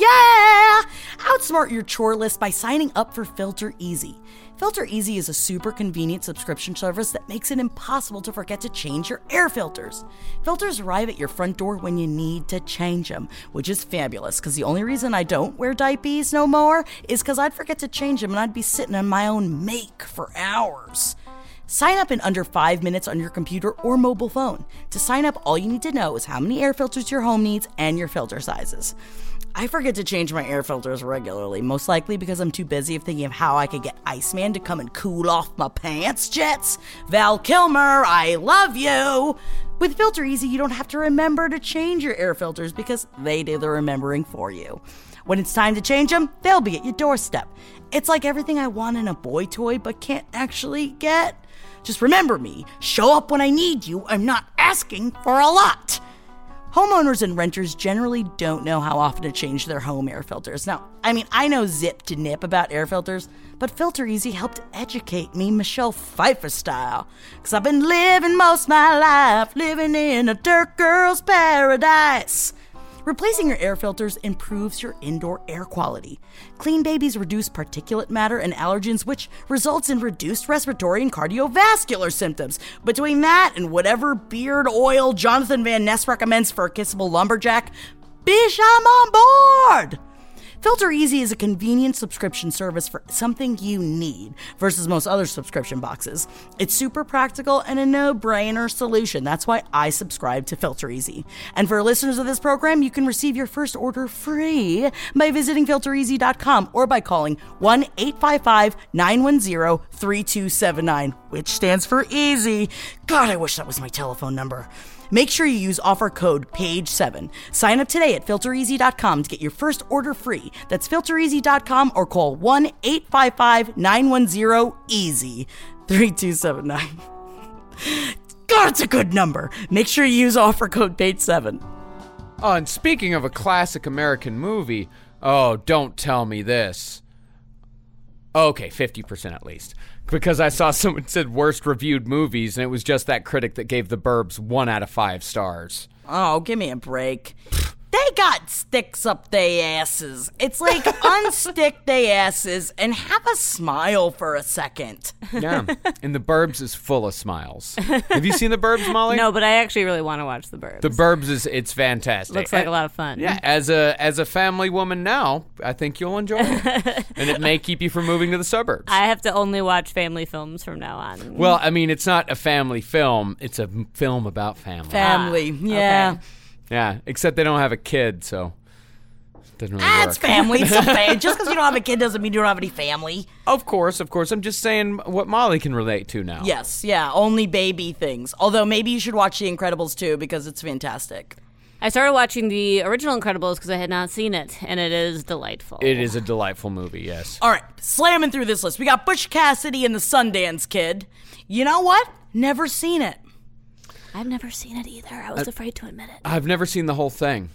Speaker 2: Yeah, yeah. Outsmart your chore list by signing up for Filter Easy. Filter Easy is a super convenient subscription service that makes it impossible to forget to change your air filters. Filters arrive at your front door when you need to change them, which is fabulous because the only reason I don't wear diapers no more is because I'd forget to change them and I'd be sitting on my own make for hours. Sign up in under five minutes on your computer or mobile phone. To sign up, all you need to know is how many air filters your home needs and your filter sizes. I forget to change my air filters regularly, most likely because I'm too busy of thinking of how I could get Iceman to come and cool off my pants jets. Val Kilmer, I love you! With Filter Easy, you don't have to remember to change your air filters because they do the remembering for you. When it's time to change them, they'll be at your doorstep. It's like everything I want in a boy toy but can't actually get. Just remember me. Show up when I need you. I'm not asking for a lot. Homeowners and renters generally don't know how often to change their home air filters. Now, I mean, I know zip to nip about air filters, but Filter Easy helped educate me Michelle Pfeiffer style. Cause I've been living most my life, living in a dirt girl's paradise. Replacing your air filters improves your indoor air quality. Clean babies reduce particulate matter and allergens, which results in reduced respiratory and cardiovascular symptoms. Between that and whatever beard oil Jonathan Van Ness recommends for a kissable lumberjack, bish, I'm on board! Filter Easy is a convenient subscription service for something you need versus most other subscription boxes. It's super practical and a no brainer solution. That's why I subscribe to Filter Easy. And for listeners of this program, you can receive your first order free by visiting filtereasy.com or by calling 1 855 910 3279, which stands for easy. God, I wish that was my telephone number. Make sure you use offer code PAGE7. E Sign up today at filtereasy.com to get your first order free. That's filtereasy.com or call 1 855 910 EASY 3279. God, it's a good number. Make sure you use offer code PAGE7.
Speaker 4: Oh, and speaking of a classic American movie, oh, don't tell me this. Okay, 50% at least. Because I saw someone said worst reviewed movies, and it was just that critic that gave The Burbs one out of five stars.
Speaker 2: Oh, give me a break. They got sticks up their asses. It's like unstick their asses and have a smile for a second.
Speaker 4: Yeah. and The Burbs is full of smiles. Have you seen The Burbs, Molly?
Speaker 3: No, but I actually really want to watch The Burbs.
Speaker 4: The Burbs is it's fantastic.
Speaker 3: Looks like a lot of fun.
Speaker 4: Yeah, as a as a family woman now, I think you'll enjoy it, and it may keep you from moving to the suburbs.
Speaker 3: I have to only watch family films from now on.
Speaker 4: well, I mean, it's not a family film; it's a m- film about family.
Speaker 2: Family, yeah.
Speaker 3: okay.
Speaker 4: yeah, except they don't have a kid, so it doesn't really
Speaker 2: That's
Speaker 4: work.
Speaker 2: family. It's a fa- Just because you don't have a kid doesn't mean you don't have any family.
Speaker 4: of course, of course. I'm just saying what Molly can relate to now.
Speaker 2: Yes, yeah, only baby things. Although maybe you should watch The Incredibles too because it's fantastic.
Speaker 3: I started watching the original Incredibles because I had not seen it, and it is delightful.
Speaker 4: it is a delightful movie. Yes.
Speaker 2: All right, slamming through this list. We got Bush Cassidy and the Sundance Kid. You know what? Never seen it.
Speaker 3: I've never seen it either. I
Speaker 4: Uh,
Speaker 3: was afraid to admit it.
Speaker 4: I've never seen the whole thing.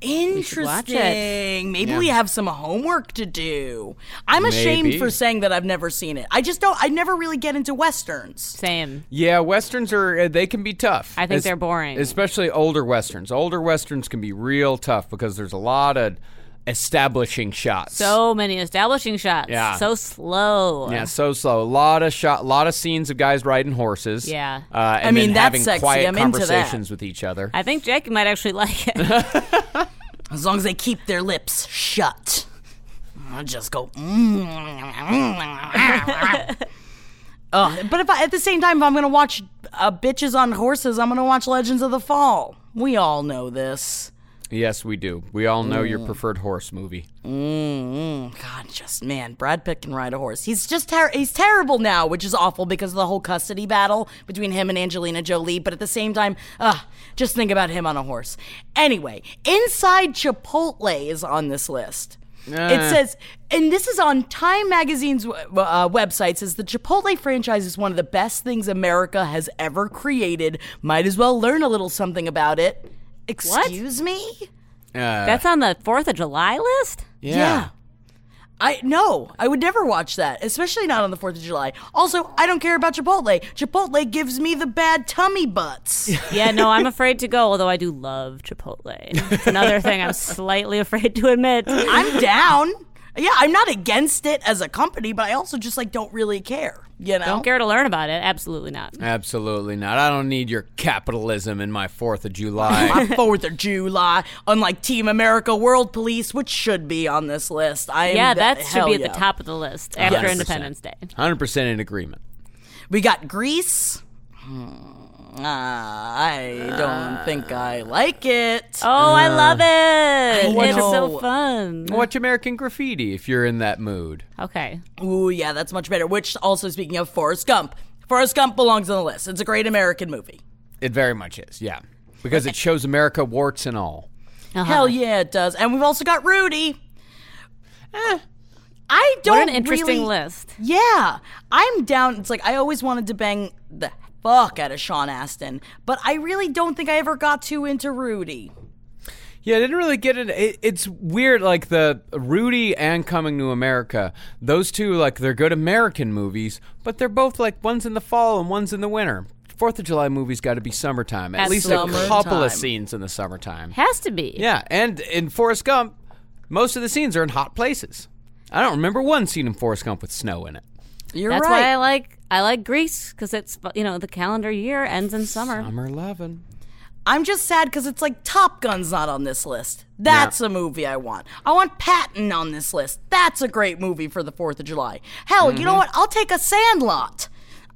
Speaker 2: Interesting.
Speaker 3: should watch it.
Speaker 2: Maybe we have some homework to do. I'm ashamed
Speaker 4: Maybe.
Speaker 2: for saying that I've never seen it. I just don't. I never really get into westerns.
Speaker 3: Same.
Speaker 4: Yeah, westerns are uh, they can be tough.
Speaker 3: I think they're boring.
Speaker 4: especially older westerns. Older westerns can be real tough because there's a lot of establishing shots.
Speaker 3: So many establishing shots.
Speaker 4: Yeah.
Speaker 3: So slow.
Speaker 4: yeah, so slow. A lot of shot, lot of scenes of guys riding horses.
Speaker 3: Yeah.
Speaker 4: uh, and
Speaker 2: mean,
Speaker 4: then
Speaker 2: that's
Speaker 4: having
Speaker 2: sexy.
Speaker 4: quiet
Speaker 2: I'm into that.
Speaker 4: conversations with each other.
Speaker 3: I think Jackie might actually like it.
Speaker 2: As long as they keep their lips shut. I just go. "Mm." Ugh, but if I, at the same time, if I'm gonna watch uh, bitches on horses, I'm gonna watch Legends of the Fall. We all know this.
Speaker 4: yes, we do. We all know your preferred horse movie. Uh,
Speaker 2: Mm-hmm. God, just man, Brad Pitt can ride a horse. He's just ter- he's terrible now, which is awful because of the whole custody battle between him and Angelina Jolie. But at the same time, ugh, just think about him on a horse. Anyway, Inside Chipotle is on this list. It says, and this is on Time Magazine's w- w- uh, website. Says the Chipotle franchise is one of the best things America has ever created. Might as well learn a little something about it. Excuse me.
Speaker 3: That's on the 4th of July list?
Speaker 4: Yeah.
Speaker 2: I no, I would never watch that, especially not on the 4th of July. Also, I don't care about Chipotle. Chipotle gives me the bad tummy butts.
Speaker 3: Yeah, no, I'm afraid to go, although I do love Chipotle. It's another thing I'm slightly afraid to admit.
Speaker 2: I'm down. Yeah, I'm not against it as a company, but I also just like don't really care, you know.
Speaker 3: Don't care to learn about it. Absolutely not.
Speaker 4: Absolutely not. I don't need your capitalism in my Fourth of July.
Speaker 2: 4th of July, unlike Team America World Police, which should be on this list. I am
Speaker 3: Yeah,
Speaker 2: the-
Speaker 3: that should
Speaker 2: hell
Speaker 3: be at
Speaker 2: yeah.
Speaker 3: the top of the list after
Speaker 4: 100%.
Speaker 3: Independence Day.
Speaker 4: Hundred percent in agreement.
Speaker 2: We got Greece. Hmm, I don't think I like it.
Speaker 3: Uh, Oh, I love it.
Speaker 2: Uh, I
Speaker 3: it's
Speaker 2: know.
Speaker 3: so fun.
Speaker 4: Watch American Graffiti if you're in that mood.
Speaker 3: Okay.
Speaker 2: Ooh, yeah, that's much better. Which, also speaking of Forrest Gump, Forrest Gump belongs on the list. It's a great American movie.
Speaker 4: It very much is. Yeah, because it shows America warts and all.
Speaker 3: Uh-huh.
Speaker 2: Hell yeah, it does. And we've also got Rudy. Eh, I don't.
Speaker 3: What an interesting
Speaker 2: really-
Speaker 3: list.
Speaker 2: Yeah, I'm down. It's like I always wanted to bang the fuck out of Sean Astin, but I really don't think I ever got too into Rudy.
Speaker 4: Yeah, I didn't really get it. it. It's weird, like the Rudy and Coming to America. Those two, like, they're good American movies, but they're both like one's in the fall and one's in the winter. Fourth of July movies got to be summertime. At
Speaker 3: At
Speaker 4: least a
Speaker 2: summertime.
Speaker 4: couple of scenes in the summertime.
Speaker 3: Has to be.
Speaker 4: Yeah, and in Forrest Gump, most of the scenes are in hot places. I don't remember one scene in Forrest Gump with snow in it.
Speaker 2: You're
Speaker 3: That's
Speaker 2: right.
Speaker 3: why I like I like Greece because it's you know the calendar year ends in summer.
Speaker 4: Summer loving.
Speaker 2: I'm just sad because it's like Top Gun's not on this list. That's a movie I want. I want Patton on this list. That's a great movie for the 4th of July. Hell, you
Speaker 4: Mm-hmm.
Speaker 2: know what? I'll take a Sandlot.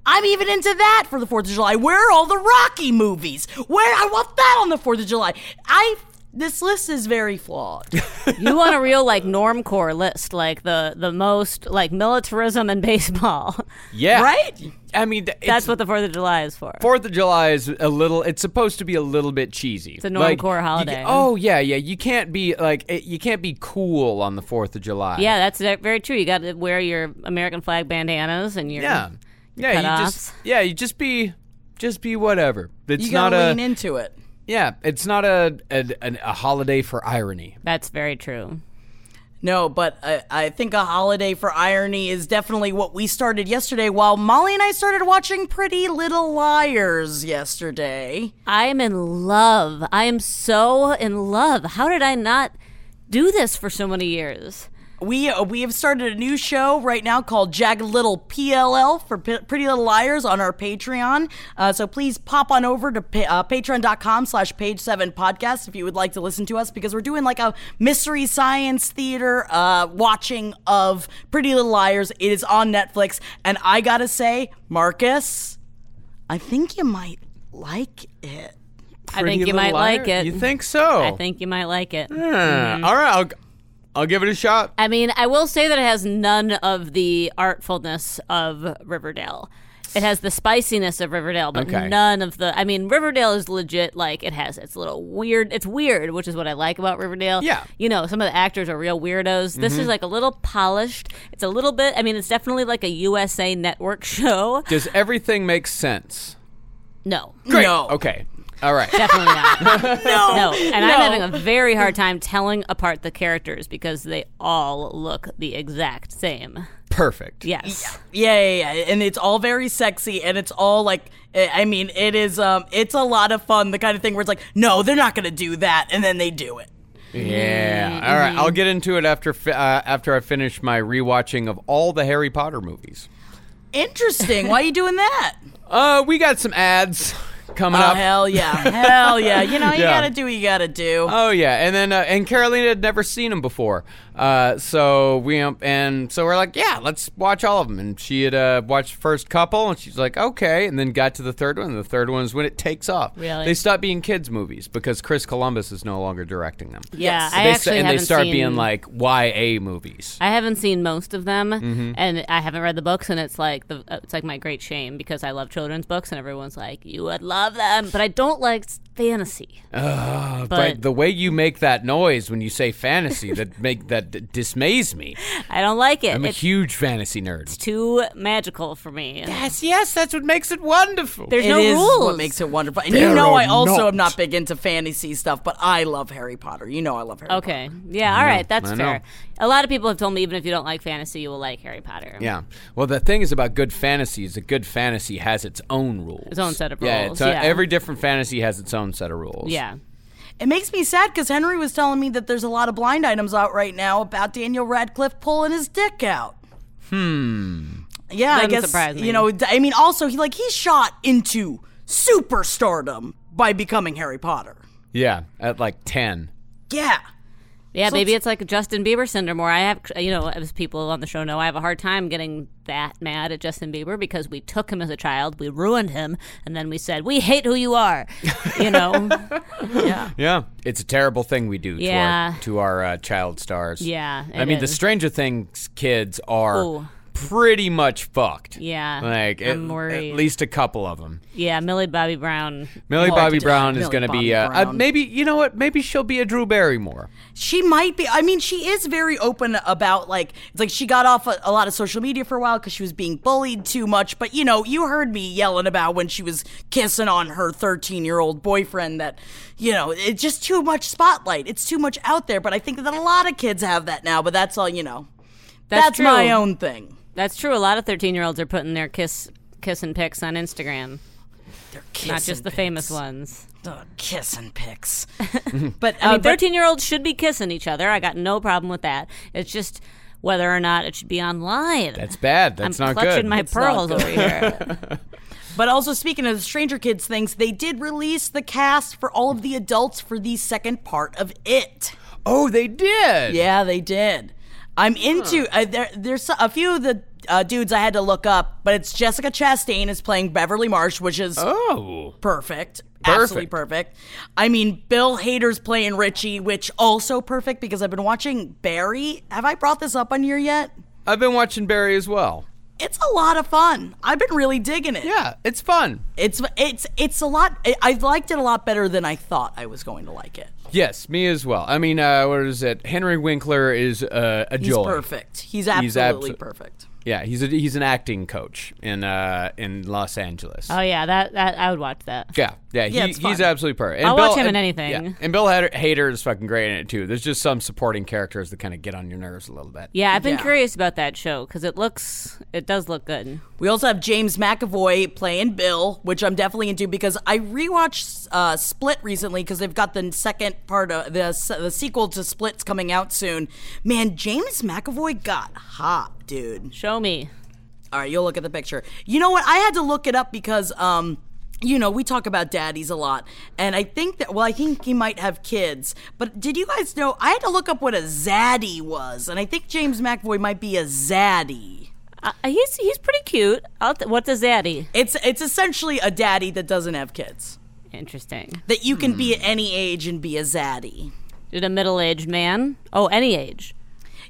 Speaker 2: I'm even into that for the 4th of July. Where are all the Rocky movies? Where I want that on the 4th of July. I this list is very flawed.
Speaker 3: You want a real like normcore list, like the the most like militarism and baseball.
Speaker 4: Yeah.
Speaker 2: Right?
Speaker 4: I mean, th-
Speaker 3: That's
Speaker 4: it's-
Speaker 3: what the Fourth of July is for.
Speaker 4: Fourth of July is a little. It's supposed to be a little bit cheesy. It's
Speaker 3: a normcore
Speaker 4: You,
Speaker 3: holiday.
Speaker 4: oh yeah, yeah. You can't be like it, you can't be cool on the Fourth of July.
Speaker 3: yeah, that's ve- very true. You got to wear your American flag bandanas and your
Speaker 4: yeah, yeah. You
Speaker 3: cutoffs.
Speaker 4: just yeah. You just be just be whatever. It's
Speaker 2: You
Speaker 4: not
Speaker 2: gotta
Speaker 4: a
Speaker 2: lean into it.
Speaker 4: yeah. It's not a a, an a holiday for irony.
Speaker 3: That's very true.
Speaker 2: No, but I, I think a holiday for irony is definitely what we started yesterday while Molly and I started watching Pretty Little Liars yesterday.
Speaker 3: I am in love. I am so in love. How did I not do this for so many years?
Speaker 2: We uh, we have started a new show right now called Jagged Little PLL for P- Pretty Little Liars on our Patreon. Uh, so please pop on over to pa- uh, patreon.com slash page seven podcast if you would like to listen to us because we're doing like a mystery science theater uh, watching of Pretty Little Liars. It is on Netflix. And I gotta say, Marcus, I think you might like it.
Speaker 3: I think you might like it.
Speaker 4: You think so?
Speaker 3: I think you might like it.
Speaker 4: Yeah. All right. I'll, I'll give it a shot.
Speaker 3: I mean, I will say that it has none of the artfulness of Riverdale. It has the spiciness of Riverdale, but
Speaker 4: Okay.
Speaker 3: none of the. I mean, Riverdale is legit. Like it has its little weird. It's weird, which is what I like about Riverdale.
Speaker 4: Yeah.
Speaker 3: you know, some of the actors are real weirdos. This is like a little polished. It's a little bit. I mean, it's definitely like a USA Network show.
Speaker 4: Does everything make sense?
Speaker 3: No,
Speaker 2: No.
Speaker 4: Okay. All right.
Speaker 3: Definitely not. no. No. And I'm
Speaker 2: No.
Speaker 3: having a very hard time telling apart the characters because they all look the exact same.
Speaker 4: Perfect.
Speaker 3: Yes.
Speaker 2: Yeah, yeah, yeah, and it's all very sexy, and it's all like, I I mean, it is, um, it's a lot of fun. The kind of thing where it's like, no, they're not gonna do that, and then they do it.
Speaker 4: Yeah.
Speaker 3: Mm-hmm.
Speaker 4: All right. I'll get into it after fi- uh, after I finish my rewatching of all the Harry Potter movies.
Speaker 2: Interesting. Why are you doing that?
Speaker 4: Uh, we got some ads coming
Speaker 2: Oh
Speaker 4: up.
Speaker 2: hell yeah, hell yeah. You know, you
Speaker 4: Yeah.
Speaker 2: gotta do what you gotta do.
Speaker 4: Oh yeah, and then uh, and Carolina had never seen them before, uh, so we um, and so we're like, yeah, let's watch all of them. And she had uh, watched the first couple, and she's like, okay, and then got to the third one. And the third one's when it takes off.
Speaker 3: Really?
Speaker 4: They stop being kids movies because Chris Columbus is no longer directing them.
Speaker 3: Yeah. I
Speaker 4: they s-
Speaker 3: actually
Speaker 4: and they
Speaker 3: haven't
Speaker 4: start
Speaker 3: seen,
Speaker 4: being like YA movies.
Speaker 3: I haven't seen most of them,
Speaker 4: Mm-hmm.
Speaker 3: and I haven't read the books, and it's like the uh, it's like my great shame because I love children's books, and everyone's like, "You would love them," but I don't like s- fantasy.
Speaker 4: but,
Speaker 3: but-
Speaker 4: the way you make that noise when you say fantasy that make that d- dismays me.
Speaker 3: I don't like it.
Speaker 4: I'm a
Speaker 3: it's
Speaker 4: huge fantasy nerd.
Speaker 3: too magical for me.
Speaker 4: Yes, yes, that's what makes it wonderful.
Speaker 3: There's
Speaker 2: It
Speaker 3: no
Speaker 2: is
Speaker 3: rules.
Speaker 2: what makes it wonderful. And you know,
Speaker 4: are
Speaker 2: I also am
Speaker 4: not.
Speaker 2: not big into fantasy stuff, but I love Harry Potter. You know, I love Harry. Potter.
Speaker 3: Okay. Yeah. All right. That's
Speaker 4: I know.
Speaker 3: fair. A lot of people have told me even if you don't like fantasy, you will like Harry Potter.
Speaker 4: Yeah. Well, the thing is about good fantasy is a good fantasy has its own rules. Its
Speaker 3: own set of
Speaker 4: yeah,
Speaker 3: rules,
Speaker 4: It's uh,
Speaker 3: yeah.
Speaker 4: Every different fantasy has its own set of rules.
Speaker 3: Yeah.
Speaker 2: It makes me sad because Henry was telling me that there's a lot of blind items out right now about Daniel Radcliffe pulling his dick out. Hmm. Yeah,
Speaker 3: Doesn't
Speaker 2: I guess
Speaker 3: surprise me.
Speaker 2: you know. I mean, also he like he shot into superstardom by becoming Harry Potter.
Speaker 4: Yeah. At like ten.
Speaker 2: Yeah.
Speaker 3: Yeah, maybe it's, like Justin Bieber syndrome, where I have, you know, as people on the show know, I have a hard time getting that mad at Justin Bieber because we took him as a child, we ruined him, and then we said, we hate who you are. You know?
Speaker 4: Yeah. It's a terrible thing we do
Speaker 3: Yeah.
Speaker 4: to our, to our uh, child stars.
Speaker 3: Yeah,
Speaker 4: I
Speaker 3: it
Speaker 4: mean, the
Speaker 3: is.
Speaker 4: Stranger Things kids are
Speaker 3: Ooh.
Speaker 4: pretty much fucked.
Speaker 3: Yeah,
Speaker 4: Like, at-
Speaker 3: I'm worried.
Speaker 4: at least a couple of them.
Speaker 3: yeah, Millie Bobby Brown.
Speaker 4: Millie
Speaker 2: Oh,
Speaker 4: Bobby
Speaker 2: d-
Speaker 4: Brown is
Speaker 2: Millie
Speaker 4: going to
Speaker 2: Bobby
Speaker 4: be uh, uh,
Speaker 2: Brown.
Speaker 4: maybe you know what maybe she'll be a Drew Barrymore.
Speaker 2: She might be. I mean, she is very open about like it's like she got off a, a lot of social media for a while because she was being bullied too much. But you know, you heard me yelling about when she was kissing on her 13 year old boyfriend that you know it's just too much spotlight. It's too much out there. But I think that a lot of kids have that now. But that's all you know.
Speaker 3: That's
Speaker 2: That's, my
Speaker 3: true.
Speaker 2: own thing.
Speaker 3: That's true. A lot of 13 year olds are putting their kiss kissing pics on Instagram, not just the famous
Speaker 4: Uh,
Speaker 3: ones.
Speaker 2: Ugh, kissing pics. but
Speaker 3: I
Speaker 2: uh,
Speaker 3: mean,
Speaker 2: but-
Speaker 3: 13 year olds should be kissing each other. I got no problem with that. It's just whether or not it should be online.
Speaker 4: That's bad. That's
Speaker 3: I'm
Speaker 4: not
Speaker 3: clutching
Speaker 4: good.
Speaker 3: my
Speaker 2: not
Speaker 3: pearls over here.
Speaker 2: But also, speaking of the Stranger Kids things, they did release the cast for all of the adults for the second part of it.
Speaker 4: Oh, they did.
Speaker 2: Yeah, they did. I'm into uh, there. There's a few of the uh, dudes I had to look up, but it's Jessica Chastain is playing Beverly Marsh, which is
Speaker 4: Oh.
Speaker 2: perfect. Absolutely perfect. I mean, Bill Hader's playing Richie, which also perfect because I've been watching Barry. Have I brought this up on here yet?
Speaker 4: I've been watching Barry as well.
Speaker 2: It's a lot of fun. I've been really digging it.
Speaker 4: Yeah, it's fun.
Speaker 2: It's it's it's a lot. I, I liked it a lot better than I thought I was going to like it.
Speaker 4: Yes, me as well. I mean, uh, what is it? Henry Winkler is uh, a
Speaker 2: He's
Speaker 4: joy.
Speaker 2: perfect. He's absolutely
Speaker 4: abso-
Speaker 2: perfect.
Speaker 4: Yeah, he's a, he's an acting coach in uh, in Los Angeles.
Speaker 3: Oh yeah, that, that I would watch that.
Speaker 4: yeah, yeah, he,
Speaker 2: Yeah, it's
Speaker 4: he's
Speaker 2: fun.
Speaker 4: absolutely perfect. And
Speaker 3: I'll watch him in
Speaker 4: and-
Speaker 3: anything.
Speaker 4: yeah, and Bill Hader, Hader is fucking great in it too. There's just some supporting characters that kind of get on your nerves a little bit.
Speaker 3: Yeah, I've been
Speaker 2: Yeah.
Speaker 3: curious about that show because it looks, it does look good.
Speaker 2: We also have James McAvoy playing Bill, which I'm definitely into because I rewatched uh, Split recently because they've got the second part of the s- the sequel to Split's coming out soon. Man, James McAvoy got hot, dude.
Speaker 3: Show me.
Speaker 2: All right, you'll look at the picture. You know what? I had to look it up because, um, you know, we talk about daddies a lot, and I think that well, I think he might have kids. But did you guys know? I had to look up what a zaddy was, and I think James McAvoy might be a zaddy.
Speaker 3: Uh, he's he's pretty cute. I'll t- what does e-? Zaddy?
Speaker 2: It's it's essentially a daddy that doesn't have kids.
Speaker 3: Interesting.
Speaker 2: That you can
Speaker 3: Hmm.
Speaker 2: be at any age and be a zaddy.
Speaker 3: Did a middle-aged man? Oh, any age.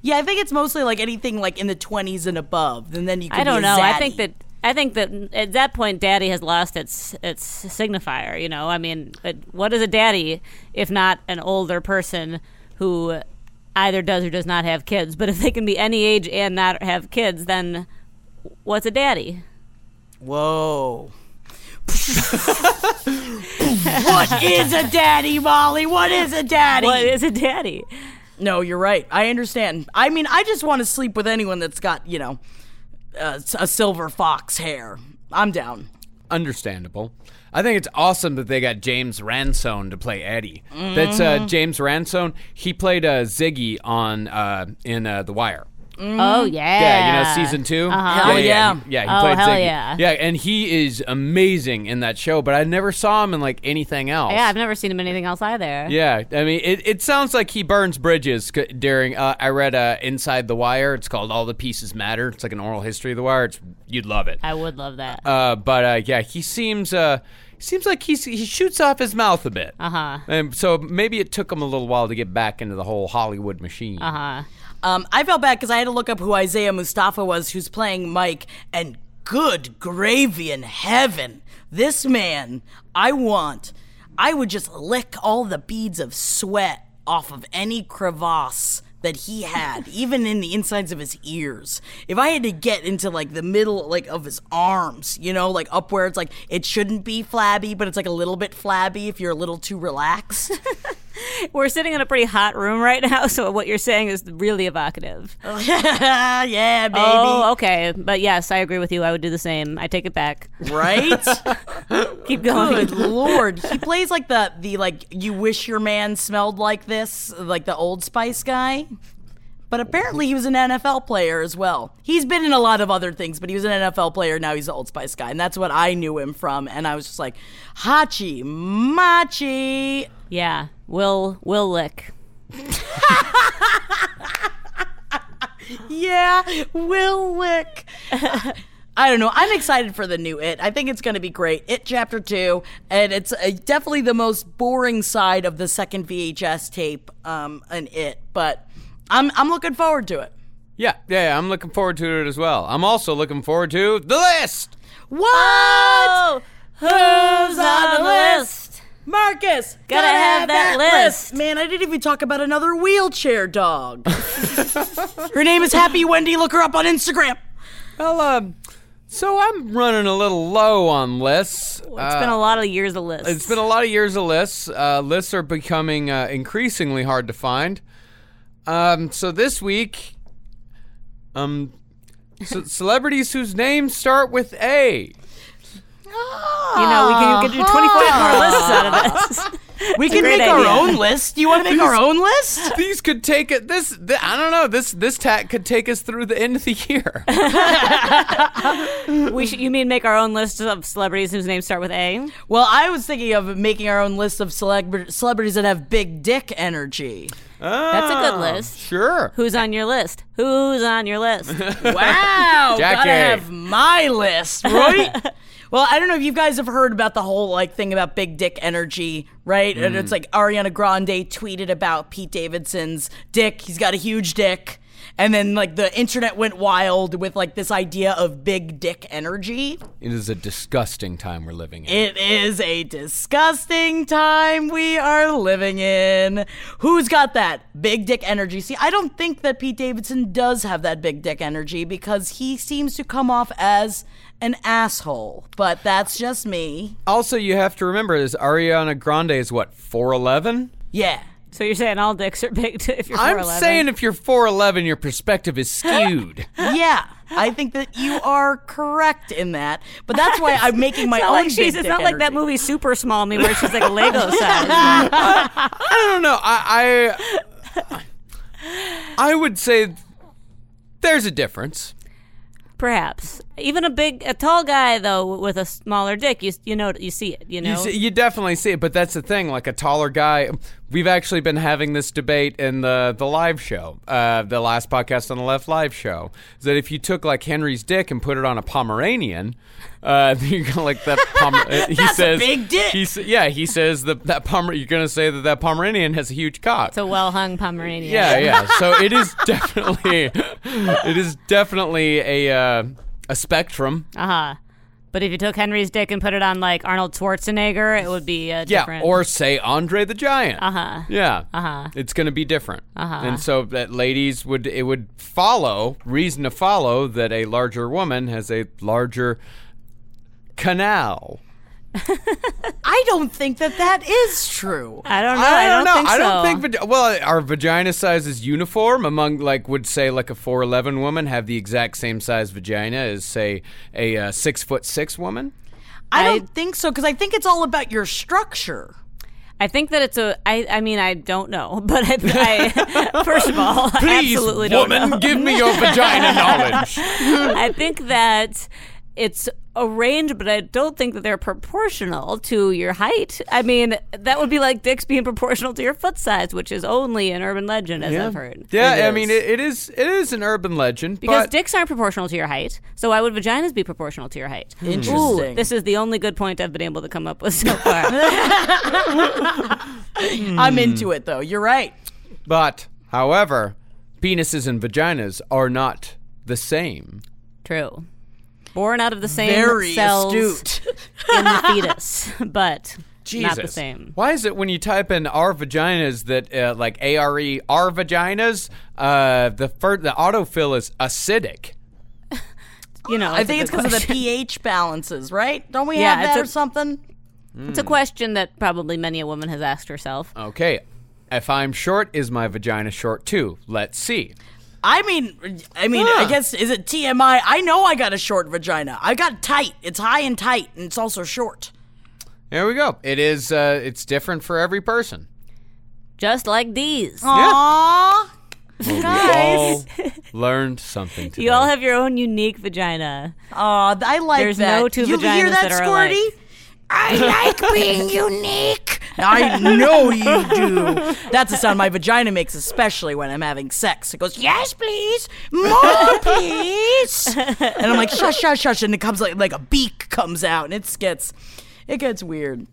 Speaker 2: Yeah, I think it's mostly like anything like in the twenties and above, and then you. Can
Speaker 3: I don't
Speaker 2: be a
Speaker 3: know. I
Speaker 2: zaddy.
Speaker 3: think that I think that at that point, daddy has lost its its signifier. You know, I mean, it, what is a daddy if not an older person who either does or does not have kids? But if they can be any age and not have kids, then what's a daddy?
Speaker 2: Whoa. what is a daddy, Molly? What is a daddy?
Speaker 3: What is a daddy?
Speaker 2: No, you're right. I understand. I mean, I just want to sleep with anyone that's got, you know, uh, s- a silver fox hair. I'm down.
Speaker 4: Understandable. I think it's awesome that they got James Ransone to play Eddie. That's
Speaker 3: Mm.
Speaker 4: uh, James Ransone. He played uh, Ziggy on uh, in uh, The Wire.
Speaker 3: Oh yeah. Uh-huh.
Speaker 4: Yeah, you know season 2
Speaker 2: Hell yeah.
Speaker 4: yeah, he- yeah. He
Speaker 3: Oh,
Speaker 4: played
Speaker 3: hell
Speaker 4: Ziggy.
Speaker 3: yeah.
Speaker 4: and he is amazing in that show. But I never saw him in like anything else.
Speaker 3: Yeah, I've never seen him in anything else either.
Speaker 4: Yeah, I mean, it, it sounds like he burns bridges c- during. Uh, I read uh, Inside the Wire. It's called All the Pieces Matter. It's like an oral history of the Wire. It's you'd love it.
Speaker 3: I would love that.
Speaker 4: Uh, but uh, yeah, he seems uh, seems like he's, he shoots off his mouth a bit. Uh huh. And so maybe it took him a little while to get back into the whole Hollywood machine. Uh huh.
Speaker 2: Um, I felt bad because I had to look up who Isaiah Mustafa was, who's playing Mike, and good gravy in heaven. This man, I want, I would just lick all the beads of sweat off of any crevasse that he had, even in the insides of his ears. If I had to get into like the middle like of his arms, you know, like up where it's like it shouldn't be flabby, but it's like a little bit flabby if you're a little too relaxed.
Speaker 4: uh,
Speaker 3: We're sitting in a pretty hot room right now, so what you're saying is really evocative.
Speaker 2: yeah, baby.
Speaker 3: Oh, okay. But yes, I agree with you. I would do the same. I take it back.
Speaker 2: Right?
Speaker 3: Keep going.
Speaker 2: Good lord, he plays like the the like you wish your man smelled like this, like the Old Spice guy. But apparently he was an NFL player as well. He's been in a lot of other things, but he was an NFL player. Now he's the Old Spice guy, and that's what I knew him from. And I was just like, Hachi Machi.
Speaker 3: Yeah. Will Will Lick.
Speaker 2: Yeah, Will Lick. I don't know. I'm excited for the new It. I think it's going to be great. It Chapter 2, and it's uh, definitely the most boring side of the second VHS tape, um, an It, but I'm, I'm looking forward to it.
Speaker 4: Yeah, yeah, yeah, I'm looking forward to it as well. I'm also looking forward to the list.
Speaker 2: What?
Speaker 3: Oh, Who's
Speaker 2: on the list? Marcus, gotta,
Speaker 3: have that list.
Speaker 2: Man, I didn't even talk about another wheelchair dog. Her name is Happy Wendy. Look her up on Instagram.
Speaker 4: Well, um, so I'm running a little low on lists.
Speaker 3: It's been a lot of years of lists.
Speaker 4: It's been a lot of years of lists. Uh, lists are becoming uh, increasingly hard to find. Um, so this week, um, ce- celebrities whose names start with A.
Speaker 3: you know, we can get 24 more lists out of this.
Speaker 2: We can
Speaker 3: great
Speaker 2: make our
Speaker 3: idea.
Speaker 2: own list. You want to make our own list?
Speaker 4: These could take it. This, th I don't know. This this tack could take us through the end of the year.
Speaker 3: We should, you mean make our own list of celebrities whose names start with A?
Speaker 2: Well, I was thinking of making our own list of celebr- celebrities that have big dick energy.
Speaker 3: That's a good
Speaker 4: Oh,
Speaker 3: list.
Speaker 4: Sure.
Speaker 3: Who's on your list? Who's on your list?
Speaker 2: Wow,
Speaker 4: Jackie.
Speaker 2: gotta have my list, right? well, I don't know if you guys have heard about the whole like thing about big dick energy, right? And it's like Ariana Grande tweeted about Pete Davidson's dick. He's got a huge dick. And then like the internet went wild with like this idea of big dick energy.
Speaker 4: It is a disgusting time we're living in.
Speaker 2: It is a disgusting time we are living in. Who's got that big dick energy? See, I don't think that Pete Davidson does have that big dick energy because he seems to come off as an asshole. But that's just me.
Speaker 4: also, you have to remember is Ariana Grande is what four eleven.
Speaker 2: Yeah.
Speaker 3: so you're saying all dicks are big t- if you're
Speaker 4: I'm
Speaker 3: 4'11"?
Speaker 4: saying if you're four eleven, your perspective is skewed.
Speaker 2: Yeah. I think that you are correct in that. But that's why I'm making my
Speaker 3: It's not,
Speaker 2: own
Speaker 3: like,
Speaker 2: big
Speaker 3: she's,
Speaker 2: dick
Speaker 3: it's not like that
Speaker 2: energy.
Speaker 3: movie Super Small Me where she's like a Lego size.
Speaker 4: I don't know. I I, I would say there's a difference.
Speaker 3: Perhaps even a big, a tall guy though with a smaller dick, you you know you see it. You know
Speaker 4: You, see, you definitely see it, but that's the thing. Like a taller guy, we've actually been having this debate in the the live show, uh, the last podcast on the left live show. Is that if you took like Henry's dick and put it on a Pomeranian, uh, you're gonna like that. Pomer- uh, he
Speaker 2: That's a
Speaker 4: says
Speaker 2: big dick.
Speaker 4: He, s- yeah, he says that that Pomer- You're gonna say that that Pomeranian has a huge cock.
Speaker 3: it's a well hung Pomeranian.
Speaker 4: yeah, yeah. So it is definitely, it is definitely a uh, a spectrum.
Speaker 3: Uh huh. But if you took Henry's dick and put it on like Arnold Schwarzenegger, it would be uh,
Speaker 4: Yeah,
Speaker 3: different. Uh-huh.
Speaker 4: or say Andre the Giant. Uh huh. Yeah. Uh huh. It's going to be different. Uh huh. And so that ladies would it would follow reason to follow that a larger woman has a larger canal.
Speaker 2: I don't think that that is true.
Speaker 3: I don't know. I don't, think so.
Speaker 4: I don't think. vag- Well, our vagina size is uniform among like would say like a four eleven woman have the exact same size vagina as say a uh, six foot six woman.
Speaker 2: I don't think so because I think it's all about your structure.
Speaker 3: I think that it's a. I. I mean, I don't know, but I. I first of all, I
Speaker 4: Please,
Speaker 3: absolutely don't
Speaker 4: woman,
Speaker 3: know.
Speaker 4: give me your vagina knowledge.
Speaker 3: I think that it's a range, but I don't think that they're proportional to your height. I mean, that would be like dicks being proportional to your foot size, which is only an urban legend, as I've heard.
Speaker 4: Yeah,
Speaker 2: It
Speaker 4: I mean
Speaker 2: is.
Speaker 4: it, it is it is an urban legend
Speaker 3: Because
Speaker 4: but
Speaker 3: dicks aren't proportional to your height, so why would vaginas be proportional to your height?
Speaker 2: Interesting.
Speaker 3: Ooh, this is the only good point I've been able to come up with so far. Hmm.
Speaker 2: I'm into it though. You're right.
Speaker 4: but however, penises and vaginas are not the same.
Speaker 3: True. Born out of the same
Speaker 2: Very
Speaker 3: cells
Speaker 2: astute.
Speaker 3: in the fetus, but not the
Speaker 4: Jesus.
Speaker 3: same.
Speaker 4: Why is it when you type in our vaginas that uh, like A R E our vaginas uh, the fir- the autofill is acidic.
Speaker 3: You know,
Speaker 2: I think it's because of the pH balances, right? Don't we
Speaker 3: Yeah,
Speaker 2: have
Speaker 3: it's
Speaker 2: that
Speaker 3: a-
Speaker 2: or something? Hmm.
Speaker 3: It's a question that probably many a woman has asked herself.
Speaker 4: Okay. If I'm short, is my vagina short too? Let's see.
Speaker 2: I mean, I mean, I
Speaker 4: Huh.
Speaker 2: guess is it TMI? I know I got a short vagina. I got tight. It's high and tight, and it's also short.
Speaker 4: There we go. It is. Uh, it's different for every person.
Speaker 3: Just like these.
Speaker 2: Aww.
Speaker 4: Guys, all learned something today.
Speaker 3: You all have your own unique vagina.
Speaker 2: Aw, I like
Speaker 3: There's
Speaker 2: that.
Speaker 3: no two
Speaker 2: you hear
Speaker 3: vaginas
Speaker 2: that,
Speaker 3: that are alike.
Speaker 2: Squirty? I like being unique. I know you do. That's the sound my vagina makes, especially when I'm having sex. It goes, yes, please, more, please. And I'm like, shush, shush, shush. And it comes like, like a beak comes out, and it gets, it gets weird.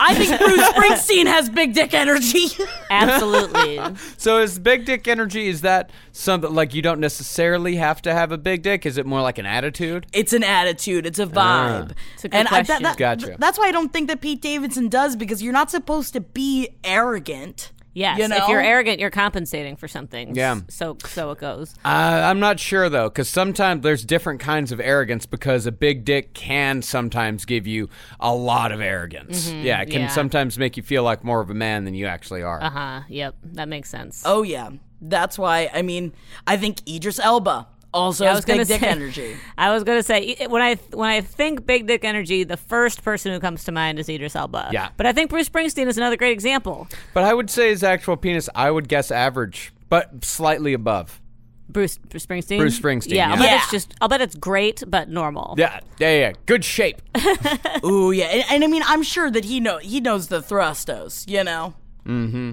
Speaker 2: I think Bruce Springsteen has big dick energy.
Speaker 3: Absolutely.
Speaker 4: So is big dick energy is that something like you don't necessarily have to have a big dick? Is it more like an attitude?
Speaker 2: It's an attitude. It's a vibe.
Speaker 3: It's a good
Speaker 2: and I, that,
Speaker 3: question.
Speaker 2: that,
Speaker 4: Ah. Gotcha.
Speaker 2: That's why I don't think that Pete Davidson does because you're not supposed to be arrogant.
Speaker 3: Yes.
Speaker 2: You know?
Speaker 3: If you're arrogant, you're compensating for something.
Speaker 4: Yeah.
Speaker 3: So so it goes.
Speaker 4: Uh, I'm not sure though, because sometimes there's different kinds of arrogance. Because a big dick can sometimes give you a lot of arrogance. Mm-hmm. yeah, Uh-huh. it can
Speaker 3: yeah.
Speaker 4: sometimes make you feel like more of a man than you actually are.
Speaker 3: Uh huh. Yep. That makes sense.
Speaker 2: Oh yeah. That's why I mean I think Idris Elba Also,
Speaker 3: Yeah, I
Speaker 2: has
Speaker 3: was gonna
Speaker 2: big dick
Speaker 3: say-
Speaker 2: energy.
Speaker 3: I was gonna say i- when I when I think big dick energy, the first person who comes to mind is Idris Elba.
Speaker 4: Yeah.
Speaker 3: But I think Bruce Springsteen is another great example.
Speaker 4: But I would say his actual penis, I would guess average, but slightly above.
Speaker 3: Bruce, Bruce Springsteen.
Speaker 4: Bruce Springsteen,
Speaker 3: Yeah. I'll
Speaker 4: yeah.
Speaker 3: bet
Speaker 2: Yeah.
Speaker 3: it's just. I'll bet it's great, but normal.
Speaker 4: Yeah, yeah, yeah. Good shape.
Speaker 2: Ooh, yeah, and, and I mean, I'm sure that he know he knows the thrustos, you know. Mm-hmm.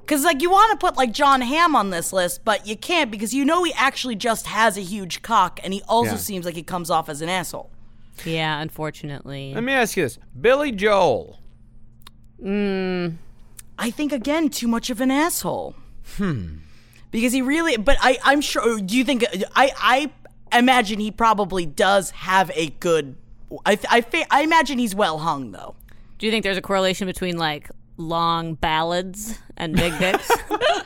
Speaker 2: Because like you want to put like John Hamm on this list, but you can't because you know he actually just has a huge cock, and he also
Speaker 4: Yeah.
Speaker 2: seems like he comes off as an asshole.
Speaker 3: Yeah. Unfortunately.
Speaker 4: Let me ask you this: Billy Joel.
Speaker 2: I think again, too much of an asshole. Hmm. Because he really, but I, I'm sure. Do you think I, I imagine he probably does have a good. I, I, fa- I imagine he's well hung though.
Speaker 3: Do you think there's a correlation between like long ballads and big dicks?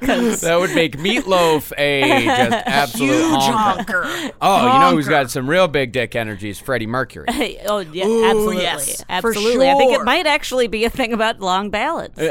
Speaker 3: 'Cause-
Speaker 4: That would make Meatloaf a just absolute
Speaker 2: Huge
Speaker 4: honker.
Speaker 2: honker.
Speaker 4: Oh, you know who's
Speaker 2: Honker.
Speaker 4: got some real big dick energy is Freddie Mercury.
Speaker 3: oh yeah,
Speaker 2: Ooh,
Speaker 3: absolutely,
Speaker 2: yes, for
Speaker 3: absolutely. I think
Speaker 2: sure.
Speaker 3: it might actually be a thing about long ballads. I'll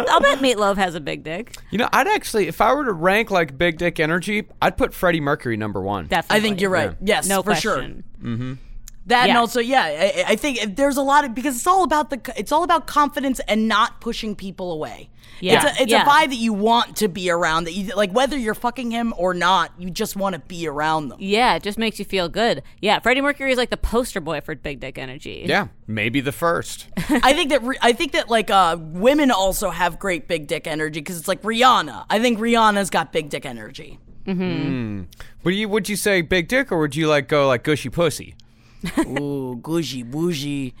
Speaker 3: bet. I'll bet Meatloaf has a big dick.
Speaker 4: You know, I'd actually, if I were to rank like big dick energy, I'd put Freddie Mercury number one.
Speaker 3: Definitely.
Speaker 2: I think you're right. Yes,
Speaker 3: No
Speaker 2: for sure.
Speaker 3: question.
Speaker 2: That and
Speaker 3: Yeah.
Speaker 2: also, yeah, I, I think there's a lot of because it's all about the it's all about confidence and not pushing people away.
Speaker 3: Yeah.
Speaker 2: it's a, it's
Speaker 3: Yeah.
Speaker 2: a vibe that you want to be around. That you like, whether you're fucking him or not, you just want to be around them.
Speaker 3: Yeah, it just makes you feel good. Yeah, Freddie Mercury is like the poster boy for big dick energy.
Speaker 4: Yeah, maybe the first.
Speaker 2: I think that re- I think that like uh, women also have great big dick energy because it's like Rihanna. I think Rihanna's got big dick energy.
Speaker 4: Would you would you say big dick or would you like go like gushy pussy?
Speaker 2: Ooh, gushy bougie.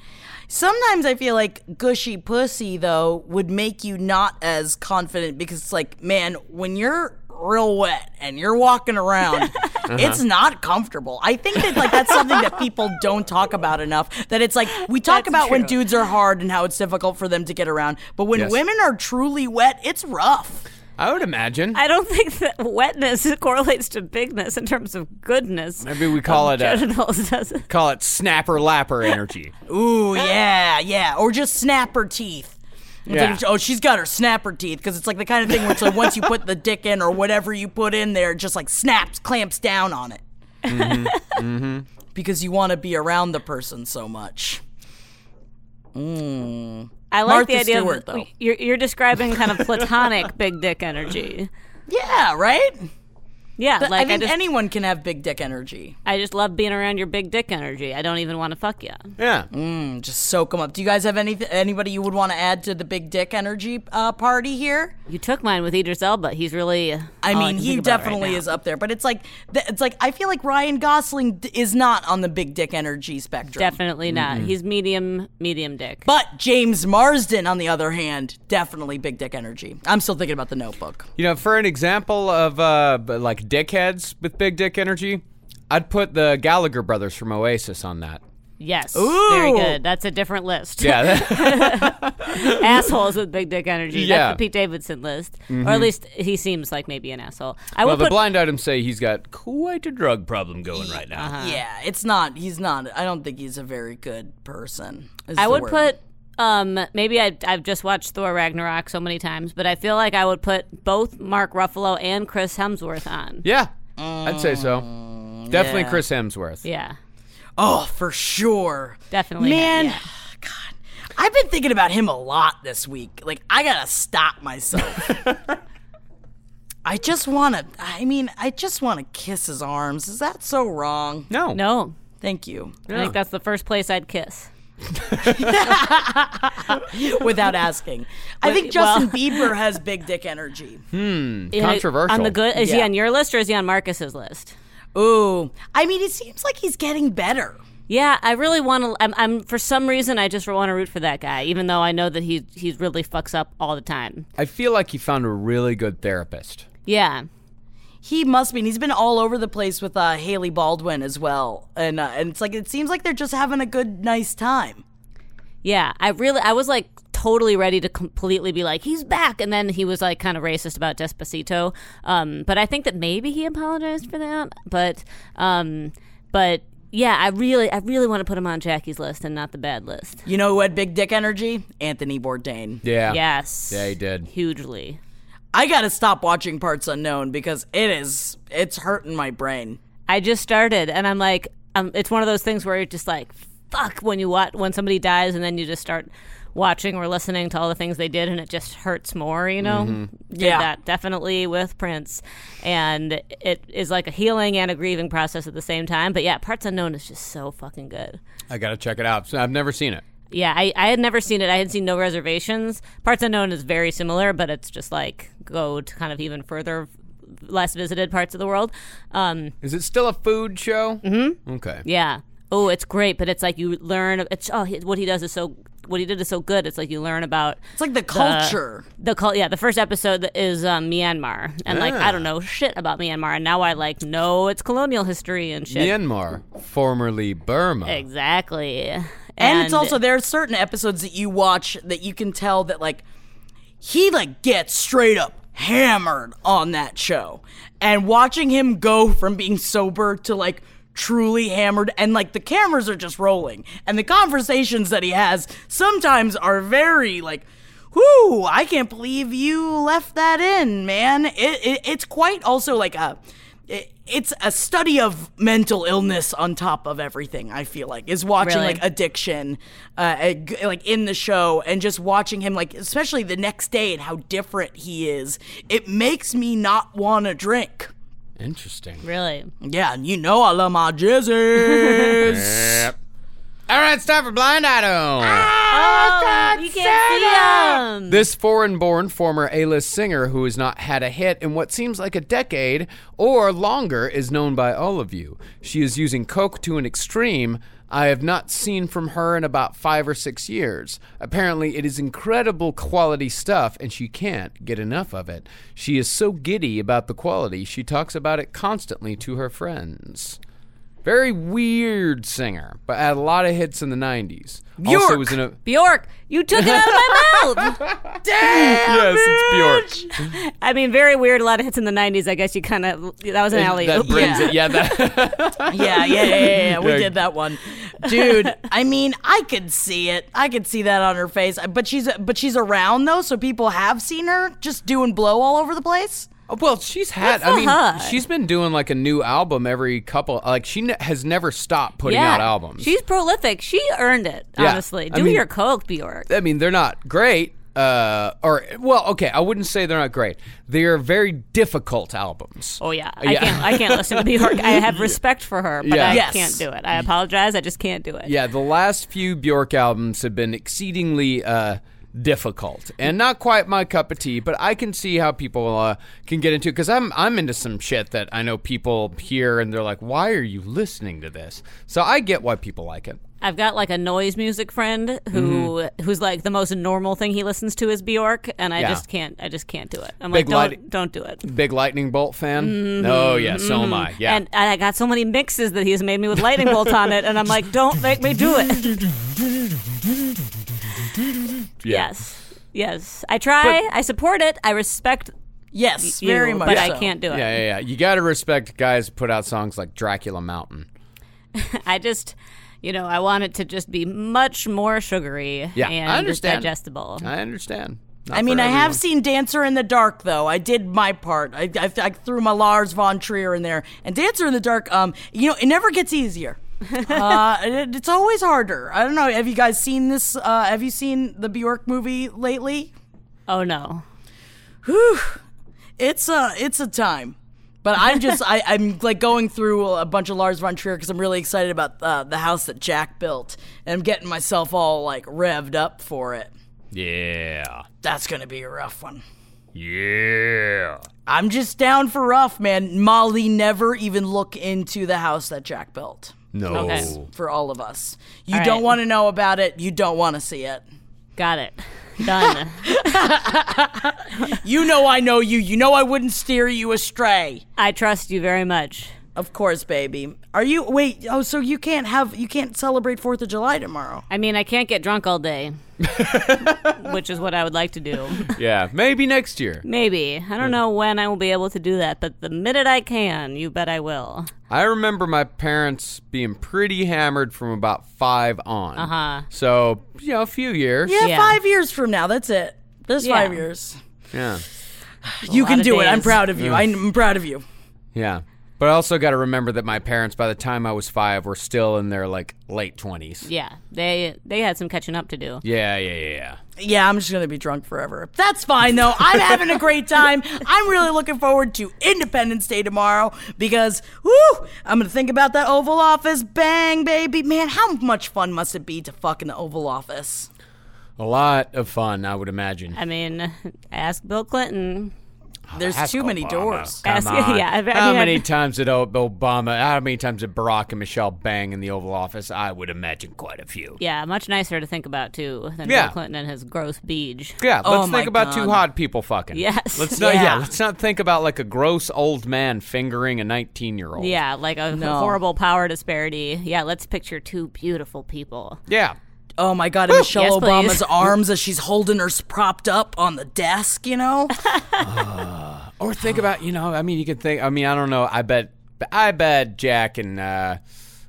Speaker 2: Sometimes I feel like gushy pussy though would make you not as confident because it's like, man, when you're real wet and you're walking around, it's not comfortable. I think that like that's something that people don't talk about enough. That it's like we talk
Speaker 3: That's
Speaker 2: about when
Speaker 3: true.
Speaker 2: dudes are hard and how it's difficult for them to get around, but when
Speaker 4: Yes.
Speaker 2: women are truly wet, it's rough.
Speaker 4: I would imagine.
Speaker 3: I don't think that wetness correlates to bigness in terms of goodness.
Speaker 4: Maybe we call
Speaker 3: of
Speaker 4: it a-
Speaker 3: genitals, does it?
Speaker 4: Call it snapper lapper energy.
Speaker 2: Ooh, yeah, yeah. Or just snap her teeth. It's
Speaker 4: Yeah.
Speaker 2: like, oh, she's got her snapper teeth because it's like the kind of thing where it's like once you put the dick in or whatever you put in there, it just like snaps, clamps down on it. Because you want to be around the person so much.
Speaker 3: I like
Speaker 2: Martha
Speaker 3: the idea
Speaker 2: Stewart,
Speaker 3: of
Speaker 2: though.
Speaker 3: You're, you're describing kind of platonic big dick energy.
Speaker 2: Yeah, right?
Speaker 3: Yeah,
Speaker 2: But I
Speaker 3: like
Speaker 2: think
Speaker 3: just
Speaker 2: anyone can have big dick energy.
Speaker 3: I just love being around your big dick energy. I don't even want to fuck you.
Speaker 4: Yeah.
Speaker 2: And Just soak them up. Do you guys have any anybody you would want to add to the big dick energy uh, party here?
Speaker 3: You took mine with Idris Elba. He's really.
Speaker 2: I
Speaker 3: all
Speaker 2: mean,
Speaker 3: Oh, can
Speaker 2: he
Speaker 3: think about
Speaker 2: definitely
Speaker 3: right now.
Speaker 2: is up there, but it's like th- it's like I feel like Ryan Gosling d- is not on the big dick energy spectrum.
Speaker 3: Definitely not. He's medium, medium dick.
Speaker 2: Mm-hmm. But James Marsden, on the other hand, definitely big dick energy. I'm still thinking about the Notebook.
Speaker 4: You know, for an example of uh b- like dickheads with big dick energy, I'd put the Gallagher brothers from Oasis on that.
Speaker 3: yes, very
Speaker 2: Ooh.
Speaker 3: good. That's a different list.
Speaker 4: Yeah. that-
Speaker 3: assholes with big dick energy.
Speaker 4: Yeah.
Speaker 3: That's the Pete Davidson list, or at
Speaker 2: Mm-hmm.
Speaker 3: least he seems like maybe an asshole. I
Speaker 4: well,
Speaker 3: would
Speaker 4: the
Speaker 3: put.
Speaker 4: blind items say he's got quite a drug problem going right
Speaker 3: Uh-huh.
Speaker 4: now.
Speaker 2: Yeah, Uh, it's not. He's not. I don't think he's a very good person. is
Speaker 3: I
Speaker 2: the
Speaker 3: would
Speaker 2: word.
Speaker 3: put. Um, maybe I, I've just watched Thor Ragnarok so many times, but I feel like I would put both Mark Ruffalo and Chris Hemsworth on.
Speaker 4: Yeah, I'd say so. Definitely Chris Hemsworth.
Speaker 3: Yeah,
Speaker 2: Oh, for sure.
Speaker 3: Definitely him,
Speaker 2: Man,
Speaker 3: yeah.
Speaker 2: God, I've been thinking about him a lot this week. Like, I gotta stop myself. I just wanna. I mean, I just wanna kiss his arms. Is that so wrong?
Speaker 4: No.
Speaker 3: no,
Speaker 2: Thank you.
Speaker 3: I think that's the first place I'd kiss.
Speaker 2: Without asking, I think
Speaker 3: well-
Speaker 2: Justin Bieber has big dick energy.
Speaker 3: You know,
Speaker 4: Controversial.
Speaker 3: On the good, is he
Speaker 2: Yeah.
Speaker 3: on your list or is he on Marcus's list?
Speaker 2: Ooh, I mean, it seems like he's getting better.
Speaker 3: Yeah, I really want to. I'm, I'm for some reason I just want to root for that guy, even though I know that he he really fucks up all the time.
Speaker 4: I feel like he found a really good therapist.
Speaker 3: Yeah,
Speaker 2: He must be. And he's been all over the place with uh, Haley Baldwin as well, and uh, and it's like it seems like they're just having a good, nice time.
Speaker 3: yeah. I really I was like totally ready to completely be like he's back, and then he was like kind of racist about Despacito. Um, but I think that maybe he apologized for that. But um, but yeah, I really I really want to put him on Jackie's list and not the bad list.
Speaker 2: You know who had big dick energy? Anthony Bourdain.
Speaker 4: Yeah.
Speaker 3: Yes.
Speaker 4: Yeah, he did.
Speaker 3: hugely.
Speaker 2: I gotta stop watching Parts Unknown because it is it's hurting my brain.
Speaker 3: I just started, and I'm like, um, it's one of those things where you're just like, fuck, when you watch when somebody dies, and then you just start watching or listening to all the things they did, and it just hurts more, you know. Did
Speaker 2: Yeah.
Speaker 3: that definitely with Prince, and it is like a healing and a grieving process at the same time. But yeah, Parts Unknown is just so fucking good.
Speaker 4: I gotta check it out. So I've never seen it.
Speaker 3: Yeah, I, I had never seen it. I had seen No Reservations. Parts Unknown is very similar, but it's just like go to kind of even further, less visited parts of the world. Um,
Speaker 4: Is it still a food show? Mm-hmm. Okay.
Speaker 3: yeah. Oh, it's great, but it's like you learn. It's oh, he, what he does is so. What he did is so good. It's like you learn about
Speaker 2: It's like the culture.
Speaker 3: the cult. Yeah, the first episode is um, Myanmar, and like I don't know shit about Myanmar, and now I like know its colonial history and shit.
Speaker 4: Myanmar, formerly Burma.
Speaker 3: Exactly. And,
Speaker 2: and, it's also there are certain episodes that you watch that you can tell that like he like gets straight up hammered on that show and watching him go from being sober to like truly hammered and like the cameras are just rolling and the conversations that he has sometimes are very like whoo i can't believe you left that in man it, it it's quite also like a it- it's a study of mental illness on top of everything i feel like is watching
Speaker 3: Really?
Speaker 2: like addiction uh, a g- like in the show and just watching him like especially the next day and how different he is it makes me not want to drink
Speaker 4: Interesting.
Speaker 3: really,
Speaker 2: yeah and you know i love my jizzes
Speaker 4: Yep. All right, it's time for blind item.
Speaker 3: oh, you can't see 'em.
Speaker 4: This foreign born former A list singer who has not had a hit in what seems like a decade or longer is known by all of you. She is using Coke to an extreme I have not seen from her in about five or six years. Apparently, it is incredible quality stuff, and she can't get enough of it. She is so giddy about the quality, she talks about it constantly to her friends. Very weird singer, but had a lot of hits in the 90s. Also
Speaker 2: Bjork.
Speaker 4: was in a
Speaker 3: Bjork, you took it out of my mouth.
Speaker 4: Yes, it's Bjork.
Speaker 3: I mean, very weird. A lot of hits in the '90s. I guess you kind of that was an alley.
Speaker 4: That brings it. Yeah, that.
Speaker 2: yeah, yeah, yeah, yeah, yeah. We
Speaker 4: Yeah.
Speaker 2: did that one, dude. I mean, I could see it. I could see that on her face. But she's but she's around though, so people have seen her just doing blow all over the place.
Speaker 4: well, she's had.
Speaker 3: That's
Speaker 4: I
Speaker 3: a
Speaker 4: mean,
Speaker 3: high.
Speaker 4: she's been doing like a new album every couple. Like she ne- has never stopped putting out albums.
Speaker 3: She's prolific. She earned it.
Speaker 4: Yeah.
Speaker 3: Honestly,
Speaker 4: I
Speaker 3: do
Speaker 4: mean-
Speaker 3: your coke, Bjork.
Speaker 4: I mean, they're not great. Uh, or well, okay, I wouldn't say they're not great. They are very difficult albums.
Speaker 3: Oh yeah, I
Speaker 4: Yeah.
Speaker 3: can't. I can't listen to Bjork. I have respect for her, but
Speaker 4: Yeah.
Speaker 3: I
Speaker 2: Yes.
Speaker 3: can't do it. I apologize. I just can't do it.
Speaker 4: Yeah, the last few Bjork albums have been exceedingly uh, difficult and not quite my cup of tea. But I can see how people uh, can get into because I'm I'm into some shit that I know people hear and they're like, "Why are you listening to this?" So I get why people like it.
Speaker 3: I've got like a noise music friend who who's like the most normal thing he listens to is Bjork, and I
Speaker 4: Mm-hmm. Yeah.
Speaker 3: just can't. I just can't do it. I'm
Speaker 4: Big
Speaker 3: like,
Speaker 4: light-
Speaker 3: don't don't do it.
Speaker 4: Big lightning bolt fan. Oh yeah, so am I.
Speaker 3: Mm-hmm.
Speaker 4: Yeah.
Speaker 3: And, and I got so many mixes that he's made me with lightning bolts on it, and I'm like, don't make me do it.
Speaker 4: Yeah.
Speaker 3: Yes. Yes. I try. I support it. I respect
Speaker 2: Yes,
Speaker 3: you,
Speaker 2: very much.
Speaker 3: but
Speaker 2: so.
Speaker 3: I can't do it.
Speaker 4: yeah, yeah, yeah. You got to respect guys who put out songs like Dracula Mountain.
Speaker 3: I just, you know, I want it to just be much more sugary
Speaker 4: Yeah,
Speaker 3: and
Speaker 4: I
Speaker 3: just
Speaker 4: understand.
Speaker 3: digestible.
Speaker 4: I understand. Not
Speaker 2: I mean,
Speaker 4: for
Speaker 2: I have
Speaker 4: everyone.
Speaker 2: seen Dancer in the Dark though. I did my part. I, I, I threw my Lars von Trier in there, and Dancer in the Dark. Um, you know, it never gets easier. uh, it, it's always harder. I don't know. Have you guys seen this? Uh, have you seen the Bjork movie lately?
Speaker 3: Oh no.
Speaker 2: It's a it's a time. But I'm just I, I'm like going through a bunch of Lars von Trier because I'm really excited about uh, the house that Jack built, and I'm getting myself all like revved up for it.
Speaker 4: Yeah.
Speaker 2: That's gonna be a rough one.
Speaker 4: Yeah.
Speaker 2: I'm just down for rough, man. Molly never even look into the house that Jack built
Speaker 4: No.
Speaker 3: Okay.
Speaker 2: for all of us. You
Speaker 3: All
Speaker 2: don't
Speaker 3: right.
Speaker 2: want to know about it. You don't want to see it.
Speaker 3: Got it. Done.
Speaker 2: You know I know you. You know I wouldn't steer you astray.
Speaker 3: I trust you very much.
Speaker 2: Of course, baby. Are you wait, oh so you can't have you can't celebrate 4th of July tomorrow.
Speaker 3: I mean, I can't get drunk all day, which is what I would like to do.
Speaker 4: Yeah. Maybe next year.
Speaker 3: Maybe. I don't know when I will be able to do that, but the minute I can, you bet I will.
Speaker 4: I remember my parents being pretty hammered from about five on. Uh huh. So you know, a few years.
Speaker 2: Yeah,
Speaker 3: Uh-huh. Yeah.
Speaker 2: 5 years from now. That's it. There's
Speaker 3: Yeah.
Speaker 2: 5 years.
Speaker 4: Yeah.
Speaker 2: you can
Speaker 3: lot of
Speaker 2: do it. I'm
Speaker 3: days.
Speaker 2: proud of you. I'm proud of you.
Speaker 4: Yeah. But I also got to remember that my parents, by the time I was five, were still in their like late twenties.
Speaker 3: Yeah, they they had some catching up to do.
Speaker 4: Yeah, yeah, yeah, yeah.
Speaker 2: Yeah, I'm just gonna be drunk forever. That's fine though. I'm having a great time. I'm really looking forward to Independence Day tomorrow because whoo, I'm gonna think about that Oval Office. Bang, baby, man, how much fun must it be to fuck in the Oval Office?
Speaker 4: A lot of fun, I would imagine.
Speaker 3: I mean, ask Bill Clinton.
Speaker 2: There's
Speaker 4: Ask
Speaker 2: too many
Speaker 4: Obama.
Speaker 2: doors.
Speaker 4: Come
Speaker 3: Ask-
Speaker 4: on.
Speaker 3: yeah, I mean,
Speaker 4: how
Speaker 3: I-
Speaker 4: many times did O- Obama? How many times did Barack and Michelle bang in the Oval Office? I would imagine quite a few.
Speaker 3: Yeah, much nicer to think about too than
Speaker 4: Yeah.
Speaker 3: Bill Clinton and his gross beach.
Speaker 4: Yeah, let's
Speaker 2: Oh my
Speaker 4: think about two
Speaker 2: God.
Speaker 4: hot people fucking.
Speaker 3: Yes.
Speaker 4: Let's not. Yeah.
Speaker 2: Yeah.
Speaker 4: let's not think about like a gross old man fingering a nineteen-year-old.
Speaker 3: Yeah, like a
Speaker 2: No.
Speaker 3: horrible power disparity. Yeah, let's picture two beautiful people.
Speaker 4: Yeah.
Speaker 2: Oh my God, and Michelle
Speaker 3: Yes,
Speaker 2: Obama's
Speaker 3: please.
Speaker 2: arms as she's holding her s- propped up on the desk. You know,
Speaker 4: Or think about you know. I mean, you could think. I mean, I don't know. I bet. I bet Jack and uh,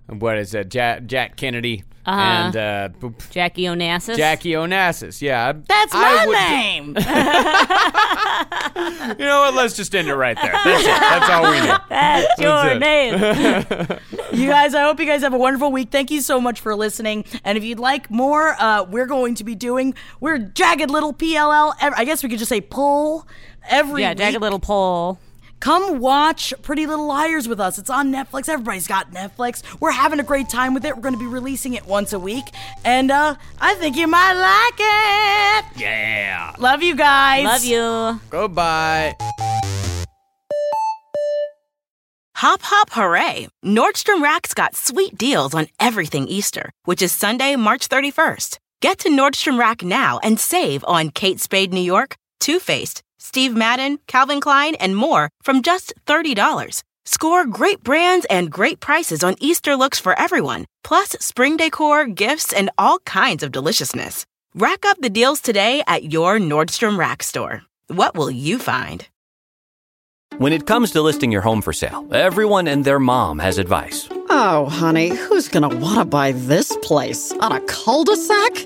Speaker 4: what is it? Jack, Jack Kennedy and uh, b-
Speaker 3: Jackie Onassis.
Speaker 4: Jackie Onassis. Yeah.
Speaker 2: that's
Speaker 4: I
Speaker 2: my
Speaker 4: would-
Speaker 2: name.
Speaker 4: You know what? Let's just end it right there. That's it. That's all we need.
Speaker 3: That's your
Speaker 4: it.
Speaker 3: name.
Speaker 2: you guys, I hope you guys have a wonderful week. Thank you so much for listening. And if you'd like more, uh, we're going to be doing we're jagged little PLL. ev- I guess we could just say pull every
Speaker 3: yeah,
Speaker 2: week.
Speaker 3: Jagged Little Pole.
Speaker 2: Come watch Pretty Little Liars with us. It's on Netflix. Everybody's got Netflix. We're having a great time with it. We're going to be releasing it once a week, and uh, I think you might like it.
Speaker 4: Yeah.
Speaker 2: Love you guys.
Speaker 3: Love you.
Speaker 4: Goodbye.
Speaker 5: Hop, hop, hooray! Nordstrom Rack's got sweet deals on everything Easter, which is Sunday, March 31st. Get to Nordstrom Rack now and save on Kate Spade New York, Too Faced, Steve Madden, Calvin Klein, and more from just $30. Score great brands and great prices on Easter looks for everyone, plus spring decor, gifts, and all kinds of deliciousness. Rack up the deals today at your Nordstrom Rack store. What will you find?
Speaker 6: When it comes to listing your home for sale, everyone and their mom has advice.
Speaker 7: Oh, honey, who's gonna wanna buy this place? On a cul de sac?